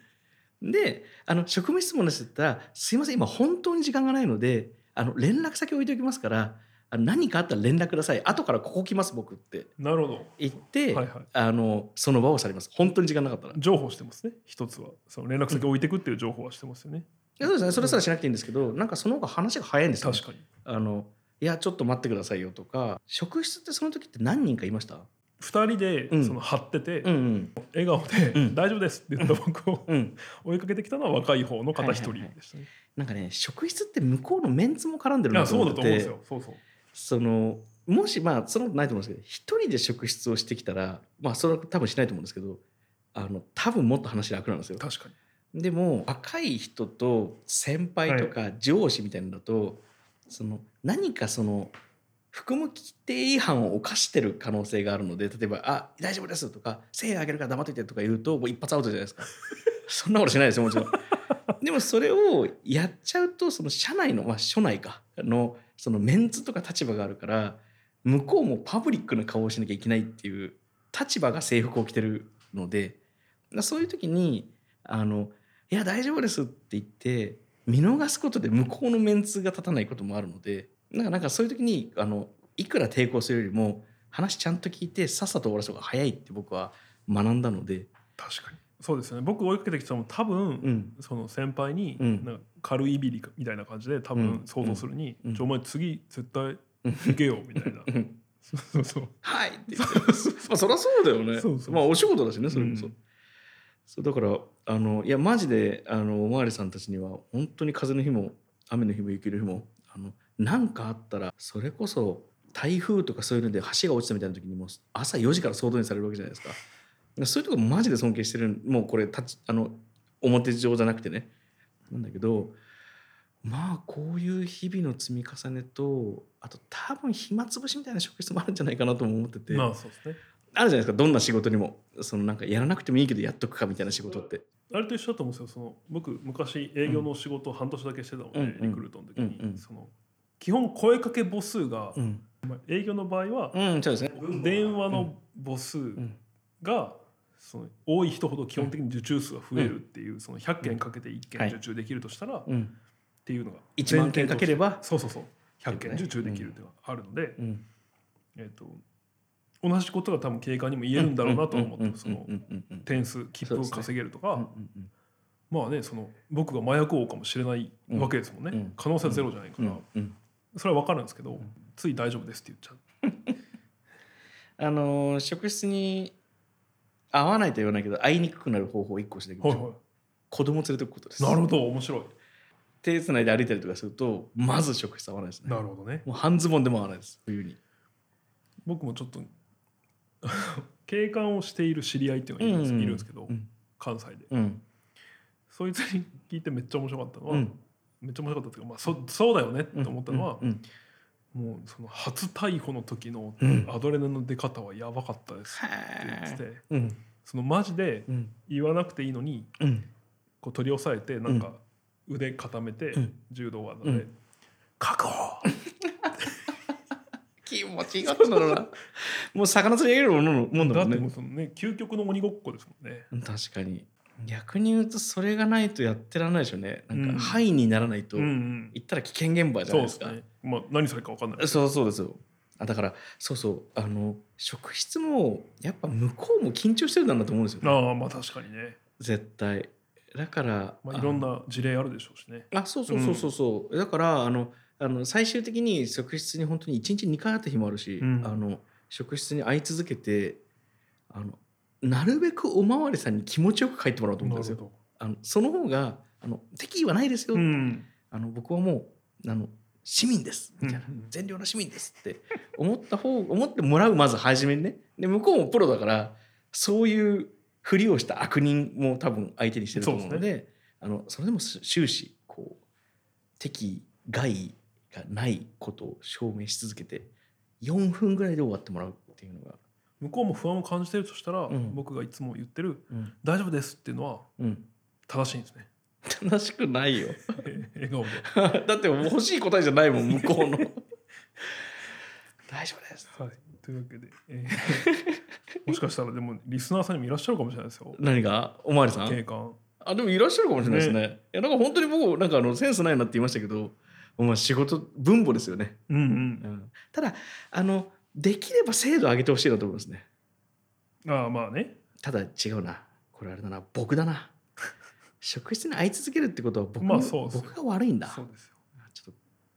[SPEAKER 1] であの職務質問ですって言ったら「すいません今本当に時間がないのであの連絡先置いておきますからあの何かあったら連絡ください後からここ来ます僕」って
[SPEAKER 2] なるほど
[SPEAKER 1] 言って、
[SPEAKER 2] はいはい
[SPEAKER 1] あのその場を去ります本当に時間なかったら。
[SPEAKER 2] 情報してますね一つはその連絡先置いてくっていう情報はしてますよね、
[SPEAKER 1] いやそうですねそれすらしなくていいんですけどなんかその方が話が早いんですよね、
[SPEAKER 2] 確かに
[SPEAKER 1] あのいやちょっと待ってくださいよとか職質ってその時って何人かいました
[SPEAKER 2] 2人で
[SPEAKER 1] うん
[SPEAKER 2] その張ってて、
[SPEAKER 1] んうん
[SPEAKER 2] 笑顔で、
[SPEAKER 1] うん
[SPEAKER 2] 大丈夫です」って言った僕を
[SPEAKER 1] うん
[SPEAKER 2] 追いかけてきたのは若い方の方一人でしたね、
[SPEAKER 1] なんかね職質って向こうのメンツも絡んでる
[SPEAKER 2] い
[SPEAKER 1] な
[SPEAKER 2] や
[SPEAKER 1] と
[SPEAKER 2] そう
[SPEAKER 1] 思
[SPEAKER 2] だ
[SPEAKER 1] っ
[SPEAKER 2] と
[SPEAKER 1] て
[SPEAKER 2] 思うんです
[SPEAKER 1] て
[SPEAKER 2] よそうそう
[SPEAKER 1] そのもしまあそんなことないと思うんですけど一人で職質をしてきたらまあそれは多分しないと思うんですけどあの多分もっと話楽なんですよ
[SPEAKER 2] 確かに
[SPEAKER 1] でも若い人と先輩とか上司みたいなのだと、その何かその服務規定違反を犯してる可能性があるので例えば「あ大丈夫です」とか「1000円あげるから黙っといて」とか言うともう一発アウトじゃないですか [laughs] そんなことしないですよもちろん。 [laughs] でもそれをやっちゃうとその社内のまあ署内かのそのメンツとか立場があるから向こうもパブリックな顔をしなきゃいけないっていう立場が制服を着てるのでだそういう時にあのいや大丈夫ですって言って見逃すことで向こうのメンツが立たないこともあるのでなんかなんかそういう時にあのいくら抵抗するよりも話ちゃんと聞いてさっさと終わらす方が早いって僕は学んだので、
[SPEAKER 2] 確かにそうですよね僕追いかけてきたのも多分、
[SPEAKER 1] うん
[SPEAKER 2] その先輩に、
[SPEAKER 1] うん
[SPEAKER 2] なんか軽いビリみたいな感じで多
[SPEAKER 1] う
[SPEAKER 2] 分
[SPEAKER 1] ん
[SPEAKER 2] 想像するに「
[SPEAKER 1] うん
[SPEAKER 2] じゃあお前次絶対行けよ」みた
[SPEAKER 1] [laughs]
[SPEAKER 2] いな
[SPEAKER 1] うん
[SPEAKER 2] そうそう
[SPEAKER 1] はいって言って [laughs] まあそりゃそうだよね
[SPEAKER 2] そうそう
[SPEAKER 1] まあお仕事だしねそれこそ、
[SPEAKER 2] うん
[SPEAKER 1] そうだからあのいやマジであのおまわりさんたちには本当に風の日も雨の日も雪の日もあのなんかあったらそれこそ台風とかそういうので橋が落ちたみたいな時にもう朝4時から総動員されるわけじゃないですかそういうとこマジで尊敬してるもうこれたちあの表上じゃなくてねなんだけどまあこういう日々の積み重ねとあと多分暇つぶしみたいな職質もあるんじゃないかなとも思ってて
[SPEAKER 2] まあそうですね
[SPEAKER 1] あるじゃないですかどんな仕事にもそのなんかやらなくてもいいけどやっとくかみたいな仕事って。
[SPEAKER 2] あれと一緒だと思うんですよその僕昔営業の仕事を半年だけしてたので、
[SPEAKER 1] うんうん
[SPEAKER 2] リクルートの時に、
[SPEAKER 1] うんうん
[SPEAKER 2] その基本声かけ母数が、
[SPEAKER 1] うん、
[SPEAKER 2] まあ営業の場合は
[SPEAKER 1] うん、そうですね。
[SPEAKER 2] 電話の母数
[SPEAKER 1] うん
[SPEAKER 2] がその多い人ほど基本的に受注数が増えるっていうその100件かけて1件受注できるとしたらっ
[SPEAKER 1] うん
[SPEAKER 2] ていうのが
[SPEAKER 1] 1万件かければ、
[SPEAKER 2] そうそうそう100件受注できるっていうのがあるので、
[SPEAKER 1] うん、
[SPEAKER 2] えっと同じことが多分経過にも言えるんだろうなとは思ってますその
[SPEAKER 1] うんうんうん
[SPEAKER 2] 点数切符を稼げるとか、
[SPEAKER 1] うんうん
[SPEAKER 2] まあねその僕が麻薬王かもしれないわけですもんね、
[SPEAKER 1] うん
[SPEAKER 2] 可能性はゼロじゃないか
[SPEAKER 1] うんう
[SPEAKER 2] ら、
[SPEAKER 1] んうん
[SPEAKER 2] それは分かるんですけど、つい大丈夫ですって言っちゃう
[SPEAKER 1] あのー職質に合わないとは言わないけど会いにくくなる方法を1個していきましょう、
[SPEAKER 2] は
[SPEAKER 1] 子供連れてくことです
[SPEAKER 2] い [laughs] はい、なるほど面白い
[SPEAKER 1] 手つないで歩いたりとかするとまず職質合わないですね
[SPEAKER 2] なるほどね
[SPEAKER 1] もう半ズボンでも合わないです冬に
[SPEAKER 2] 僕もちょっと [laughs] 警官をしている知り合いっていうのがいるんです,、いるんですけど、
[SPEAKER 1] うん
[SPEAKER 2] 関西で
[SPEAKER 1] うん
[SPEAKER 2] そいつに聞いてめっちゃ面白かったのは、
[SPEAKER 1] うん
[SPEAKER 2] めっちゃ面白かったっていうか、まあ、そそうだよねって思ったのは、
[SPEAKER 1] うん
[SPEAKER 2] もうその初逮捕の時の
[SPEAKER 1] うん
[SPEAKER 2] アドレナリンの出方はやばかったですって言ってて、
[SPEAKER 1] うん
[SPEAKER 2] そのマジで
[SPEAKER 1] うん
[SPEAKER 2] 言わなくていいのに
[SPEAKER 1] うん
[SPEAKER 2] こう取り押さえてなんか腕固めて
[SPEAKER 1] うん
[SPEAKER 2] 柔道技
[SPEAKER 1] う
[SPEAKER 2] で
[SPEAKER 1] ん
[SPEAKER 2] 「確保!
[SPEAKER 1] 気持ちいいことだろうなもう魚釣り上げるものの [laughs] もん」
[SPEAKER 2] だ
[SPEAKER 1] だ
[SPEAKER 2] っ
[SPEAKER 1] も
[SPEAKER 2] て
[SPEAKER 1] ん
[SPEAKER 2] もう
[SPEAKER 1] ね
[SPEAKER 2] そのね究極の鬼ごっこですもんね。
[SPEAKER 1] 確かに逆に言うとそれがないとやってらんないでしょうねなん
[SPEAKER 2] うん
[SPEAKER 1] か範囲にならないと
[SPEAKER 2] うんう
[SPEAKER 1] 言
[SPEAKER 2] ん、
[SPEAKER 1] ったら危険現場じゃ
[SPEAKER 2] そう
[SPEAKER 1] ない
[SPEAKER 2] で
[SPEAKER 1] です
[SPEAKER 2] す
[SPEAKER 1] か
[SPEAKER 2] ね。まあ何されるか分かんないです
[SPEAKER 1] [laughs] そうそうですよあだからそうそうあの職質もやっぱ向こうも緊張してるんだなと思うんですよ、
[SPEAKER 2] けど。ああまあ確かにね。
[SPEAKER 1] 絶対だから、
[SPEAKER 2] まあいろん
[SPEAKER 1] な
[SPEAKER 2] な事例あるでしょうしね。
[SPEAKER 1] あそうそうそうそうそうだからあのあの最終的に職質に本当に1日2回あった日もあるし、
[SPEAKER 2] うん
[SPEAKER 1] あの職質に会い続けてあのなるべくおまわりさんに気持ちよく帰ってもらおうと思
[SPEAKER 2] な
[SPEAKER 1] ったん
[SPEAKER 2] る
[SPEAKER 1] です
[SPEAKER 2] ほ
[SPEAKER 1] よ
[SPEAKER 2] ど。
[SPEAKER 1] あのその方があの敵意はないですよ、
[SPEAKER 2] うん。
[SPEAKER 1] あの僕はもうあの市民ですみたいな、
[SPEAKER 2] うん
[SPEAKER 1] 善良な市民ですって思った方思ってもらうまず初めにねで向こうもプロだからそういうふりをした悪人も多分相手にしてると思うの
[SPEAKER 2] そう
[SPEAKER 1] であのそれでもし終始こう敵意害がないことを証明し続けて4分ぐらいで終わってもらうっていうのが、
[SPEAKER 2] 向こうも不安を感じてるとしたら、
[SPEAKER 1] うん
[SPEAKER 2] 僕がいつも言ってる
[SPEAKER 1] うん
[SPEAKER 2] 「大丈夫です」っていうのは正しいんですね。 [laughs]
[SPEAKER 1] 楽しくないよ [laughs]
[SPEAKER 2] 笑顔で。
[SPEAKER 1] だって欲しい答えじゃないもん向 [laughs] こうの大丈夫です
[SPEAKER 2] はい、というわけで、えー [laughs] もしかしたらでもリスナーさんにもいらっしゃるかもしれないですよ
[SPEAKER 1] 何がおまわりさん
[SPEAKER 2] 警官
[SPEAKER 1] あでもいらっしゃるかもしれないですね。いやなんか本当に僕なんかあのセンスないなって言いましたけど、まあ仕事分母ですよね。
[SPEAKER 2] うんう
[SPEAKER 1] うんん、ただあのできれば精度上げてほしいなと思いますね。
[SPEAKER 2] ああまあね
[SPEAKER 1] ただ違うな。これあれだな。僕だな。職質に会い続けるってことは僕,、
[SPEAKER 2] まあそうですよ
[SPEAKER 1] 僕が悪いんだ。
[SPEAKER 2] そうですよ
[SPEAKER 1] ちょっ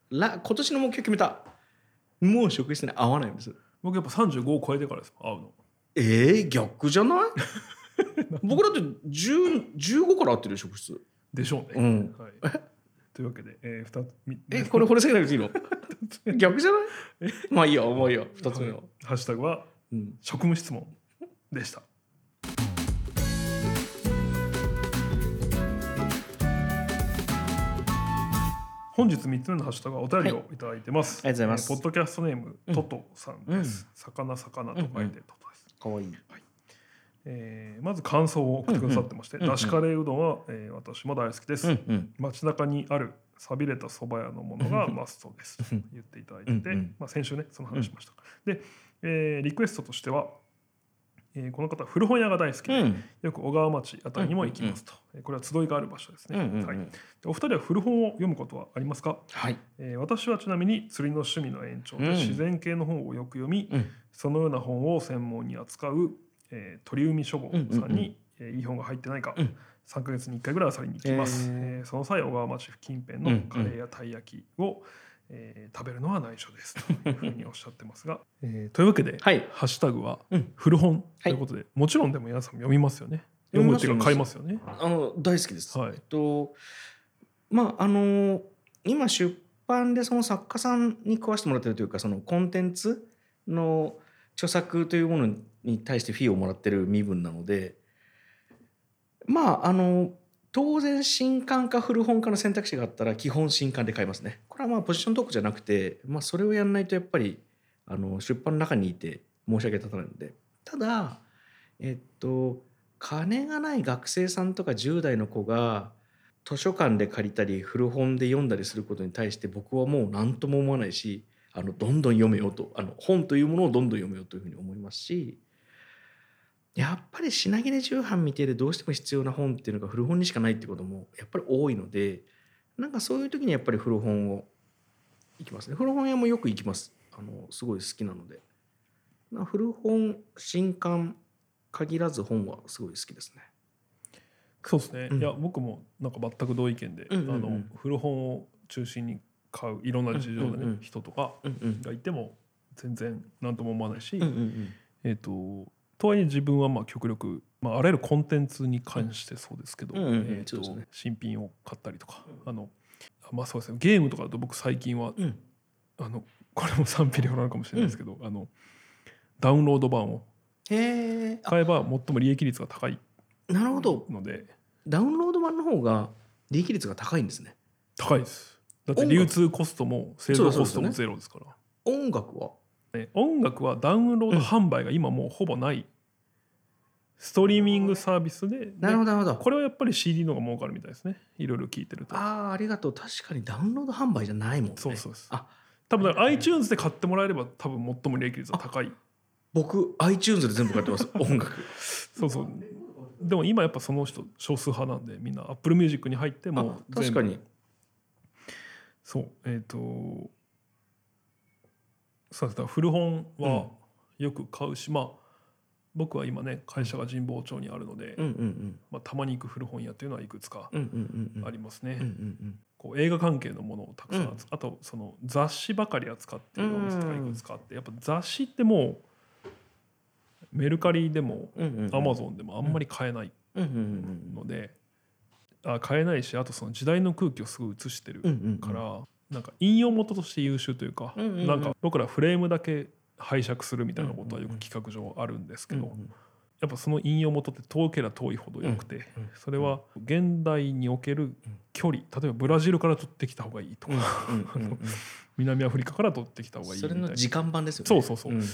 [SPEAKER 1] とら今年の目標決めた。もう職質に会わないんです。
[SPEAKER 2] 僕やっぱ35を超えてからです会うの
[SPEAKER 1] えー、逆じゃ
[SPEAKER 2] [laughs]
[SPEAKER 1] ない僕だって10 15から会ってるよ職質。
[SPEAKER 2] でしょう
[SPEAKER 1] う
[SPEAKER 2] ね、
[SPEAKER 1] ん。
[SPEAKER 2] [laughs] はい、というわけで、えー、2つみ
[SPEAKER 1] え、これ掘り下げなく [laughs] ていいの逆じゃないまあいいよ、もういいよ、二つ目
[SPEAKER 2] は。
[SPEAKER 1] はい
[SPEAKER 2] ハッシュタグは
[SPEAKER 1] うん
[SPEAKER 2] 職務質問でした本日3つ目のハッシュタグはお便りをいただいてます、
[SPEAKER 1] はいありがとうございます
[SPEAKER 2] えーポッドキャストネーム、
[SPEAKER 1] うん
[SPEAKER 2] トトさんです、魚魚と書いてトトです、
[SPEAKER 1] かわいい。
[SPEAKER 2] えーまず感想を送ってくださってまして、
[SPEAKER 1] うんうん
[SPEAKER 2] だしカレーうどんは、えー私も大好きです、
[SPEAKER 1] ん。
[SPEAKER 2] 街中にある錆びれた蕎麦屋のものが
[SPEAKER 1] うん
[SPEAKER 2] マストです
[SPEAKER 1] うん
[SPEAKER 2] と言っていただいてて、
[SPEAKER 1] うんうん
[SPEAKER 2] まあ、先週ねその話しました、で、えーリクエストとしては、えーこの方古本屋が大好きで、
[SPEAKER 1] ん。
[SPEAKER 2] よく小川町あたりにも行きますと、えーこれは集いがある場所ですね、はい、で。お二人は古本を読むことはありますか、
[SPEAKER 1] はい。
[SPEAKER 2] えー私はちなみに釣りの趣味の延長で
[SPEAKER 1] うん
[SPEAKER 2] 自然系の本をよく読み、
[SPEAKER 1] うん
[SPEAKER 2] そのような本を専門に扱う、えー鳥海書房さんに、
[SPEAKER 1] うんうんうん
[SPEAKER 2] えーいい本が入ってないか、
[SPEAKER 1] うん
[SPEAKER 2] 3ヶ月に1回ぐらいは去りに行きます、
[SPEAKER 1] え
[SPEAKER 2] え
[SPEAKER 1] ー
[SPEAKER 2] ーその際小川町近辺
[SPEAKER 1] うんう
[SPEAKER 2] の
[SPEAKER 1] ん
[SPEAKER 2] カレーやたい焼きを、えー食べるのは内緒
[SPEAKER 1] [laughs]
[SPEAKER 2] ですというふうにおっしゃってますが、えーというわけで、
[SPEAKER 1] はい
[SPEAKER 2] ハッシュタグは
[SPEAKER 1] うん
[SPEAKER 2] 古本ということで、もちろんでも皆さんも読みますよね
[SPEAKER 1] 読
[SPEAKER 2] 読
[SPEAKER 1] み
[SPEAKER 2] む
[SPEAKER 1] ま
[SPEAKER 2] っ
[SPEAKER 1] す
[SPEAKER 2] ていうか買いますよね
[SPEAKER 1] あの大好きです。
[SPEAKER 2] はい
[SPEAKER 1] えっとまああの今出版でその作家さんに食わしてもらってるというかそのコンテンツの著作というものに対してフィーをもらってる身分なのでまああの当然新刊か古本かの選択肢があったら基本新刊で買いますね。これはまあポジショントークじゃなくて、まあ、それをやんないとやっぱりあの出版の中にいて申し訳立たないのでただえっと金がない学生さんとか10代の子が図書館で借りたり古本で読んだりすることに対して僕はもう何とも思わないしあのどんどん読めようとあの本というものをどんどん読めようというふうに思いますしやっぱり品切れ重版見てでどうしても必要な本っていうのが古本にしかないってこともやっぱり多いのでなんかそういう時にやっぱり古本を行きますね古本屋もよく行きますあのすごい好きなのでな古本新刊限らず本はすごい好きですね。
[SPEAKER 2] そうですね、
[SPEAKER 1] うん
[SPEAKER 2] いや僕もなんか全く同意見で、
[SPEAKER 1] うんうんうん
[SPEAKER 2] あの古本を中心に買ういろんな事情でね、
[SPEAKER 1] うんうんうん
[SPEAKER 2] 人とか
[SPEAKER 1] うんうん
[SPEAKER 2] がいても全然何とも思わないし、
[SPEAKER 1] うんうん
[SPEAKER 2] えっ、ととはいえ自分はまあ極力、まあ、あらゆるコンテンツに関してそうですけ
[SPEAKER 1] う
[SPEAKER 2] ど、
[SPEAKER 1] んうんうん
[SPEAKER 2] えーと
[SPEAKER 1] そうですね
[SPEAKER 2] 新品を買ったりとか、あのまあそうですねゲームとかだと僕最近は
[SPEAKER 1] うんうん
[SPEAKER 2] あのこれも賛否両論あるかもしれないですけど、あのダウンロード版を
[SPEAKER 1] へえあ
[SPEAKER 2] 買えば最も利益率が高い
[SPEAKER 1] なるほど
[SPEAKER 2] ので
[SPEAKER 1] ダウンロード版の方が利益率が高いんですね
[SPEAKER 2] 高いですだって
[SPEAKER 1] 音楽
[SPEAKER 2] 流通コストも製造コストもゼロですから
[SPEAKER 1] 音楽は
[SPEAKER 2] ね音楽はダウンロード販売が今もうほぼない、ストリーミングサービスで
[SPEAKER 1] なるほ
[SPEAKER 2] ど
[SPEAKER 1] どなるほど
[SPEAKER 2] これはやっぱり CD の方が儲かるみたいですねいろいろ聞いてると
[SPEAKER 1] ああありがとう確かにダウンロード販売じゃないもんね
[SPEAKER 2] そうそうです
[SPEAKER 1] あ
[SPEAKER 2] 多分だから iTunes で買ってもらえれば多分最も利益率が高い
[SPEAKER 1] 僕 iTunes で全部買ってます音楽
[SPEAKER 2] そうそうでも今やっぱその人少数派なんでみんな Apple Music に入っても
[SPEAKER 1] あ確かに
[SPEAKER 2] そうえっ、とそうですだから古本はよく買うし、まあ僕は今ね会社が神保町にあるので、
[SPEAKER 1] うんうん
[SPEAKER 2] まあ、たまに行く古本屋っていうのはいくつか
[SPEAKER 1] うんうんうんうんうん
[SPEAKER 2] ありますね、
[SPEAKER 1] うんうん
[SPEAKER 2] こう映画関係のものをたくさん扱
[SPEAKER 1] うん
[SPEAKER 2] あとその雑誌ばかり扱っているお店とかい
[SPEAKER 1] うん
[SPEAKER 2] くつかあってやっぱ雑誌ってもうメルカリでも
[SPEAKER 1] うんうんうん
[SPEAKER 2] アマゾンでもあんまり買えない
[SPEAKER 1] うんうんうん
[SPEAKER 2] ので、あ買えないしあとその時代の空気をすごい映してる
[SPEAKER 1] うんうんうん
[SPEAKER 2] から、なんか引用元として優秀というか、
[SPEAKER 1] うんうんうん
[SPEAKER 2] なんか僕らフレームだけ拝借するみたいなことはよく企画上あるんですけど、
[SPEAKER 1] うんうん
[SPEAKER 2] やっぱその引用元って遠ければ遠いほど良くて、
[SPEAKER 1] うんうん
[SPEAKER 2] それは現代における距離例えばブラジルから取ってきた方がいいとか、
[SPEAKER 1] うんうんうん
[SPEAKER 2] 南アフリカから取ってきた方がいい
[SPEAKER 1] そ
[SPEAKER 2] みた
[SPEAKER 1] れ
[SPEAKER 2] いな
[SPEAKER 1] の時間版ですよね
[SPEAKER 2] そうそうそう
[SPEAKER 1] うんうん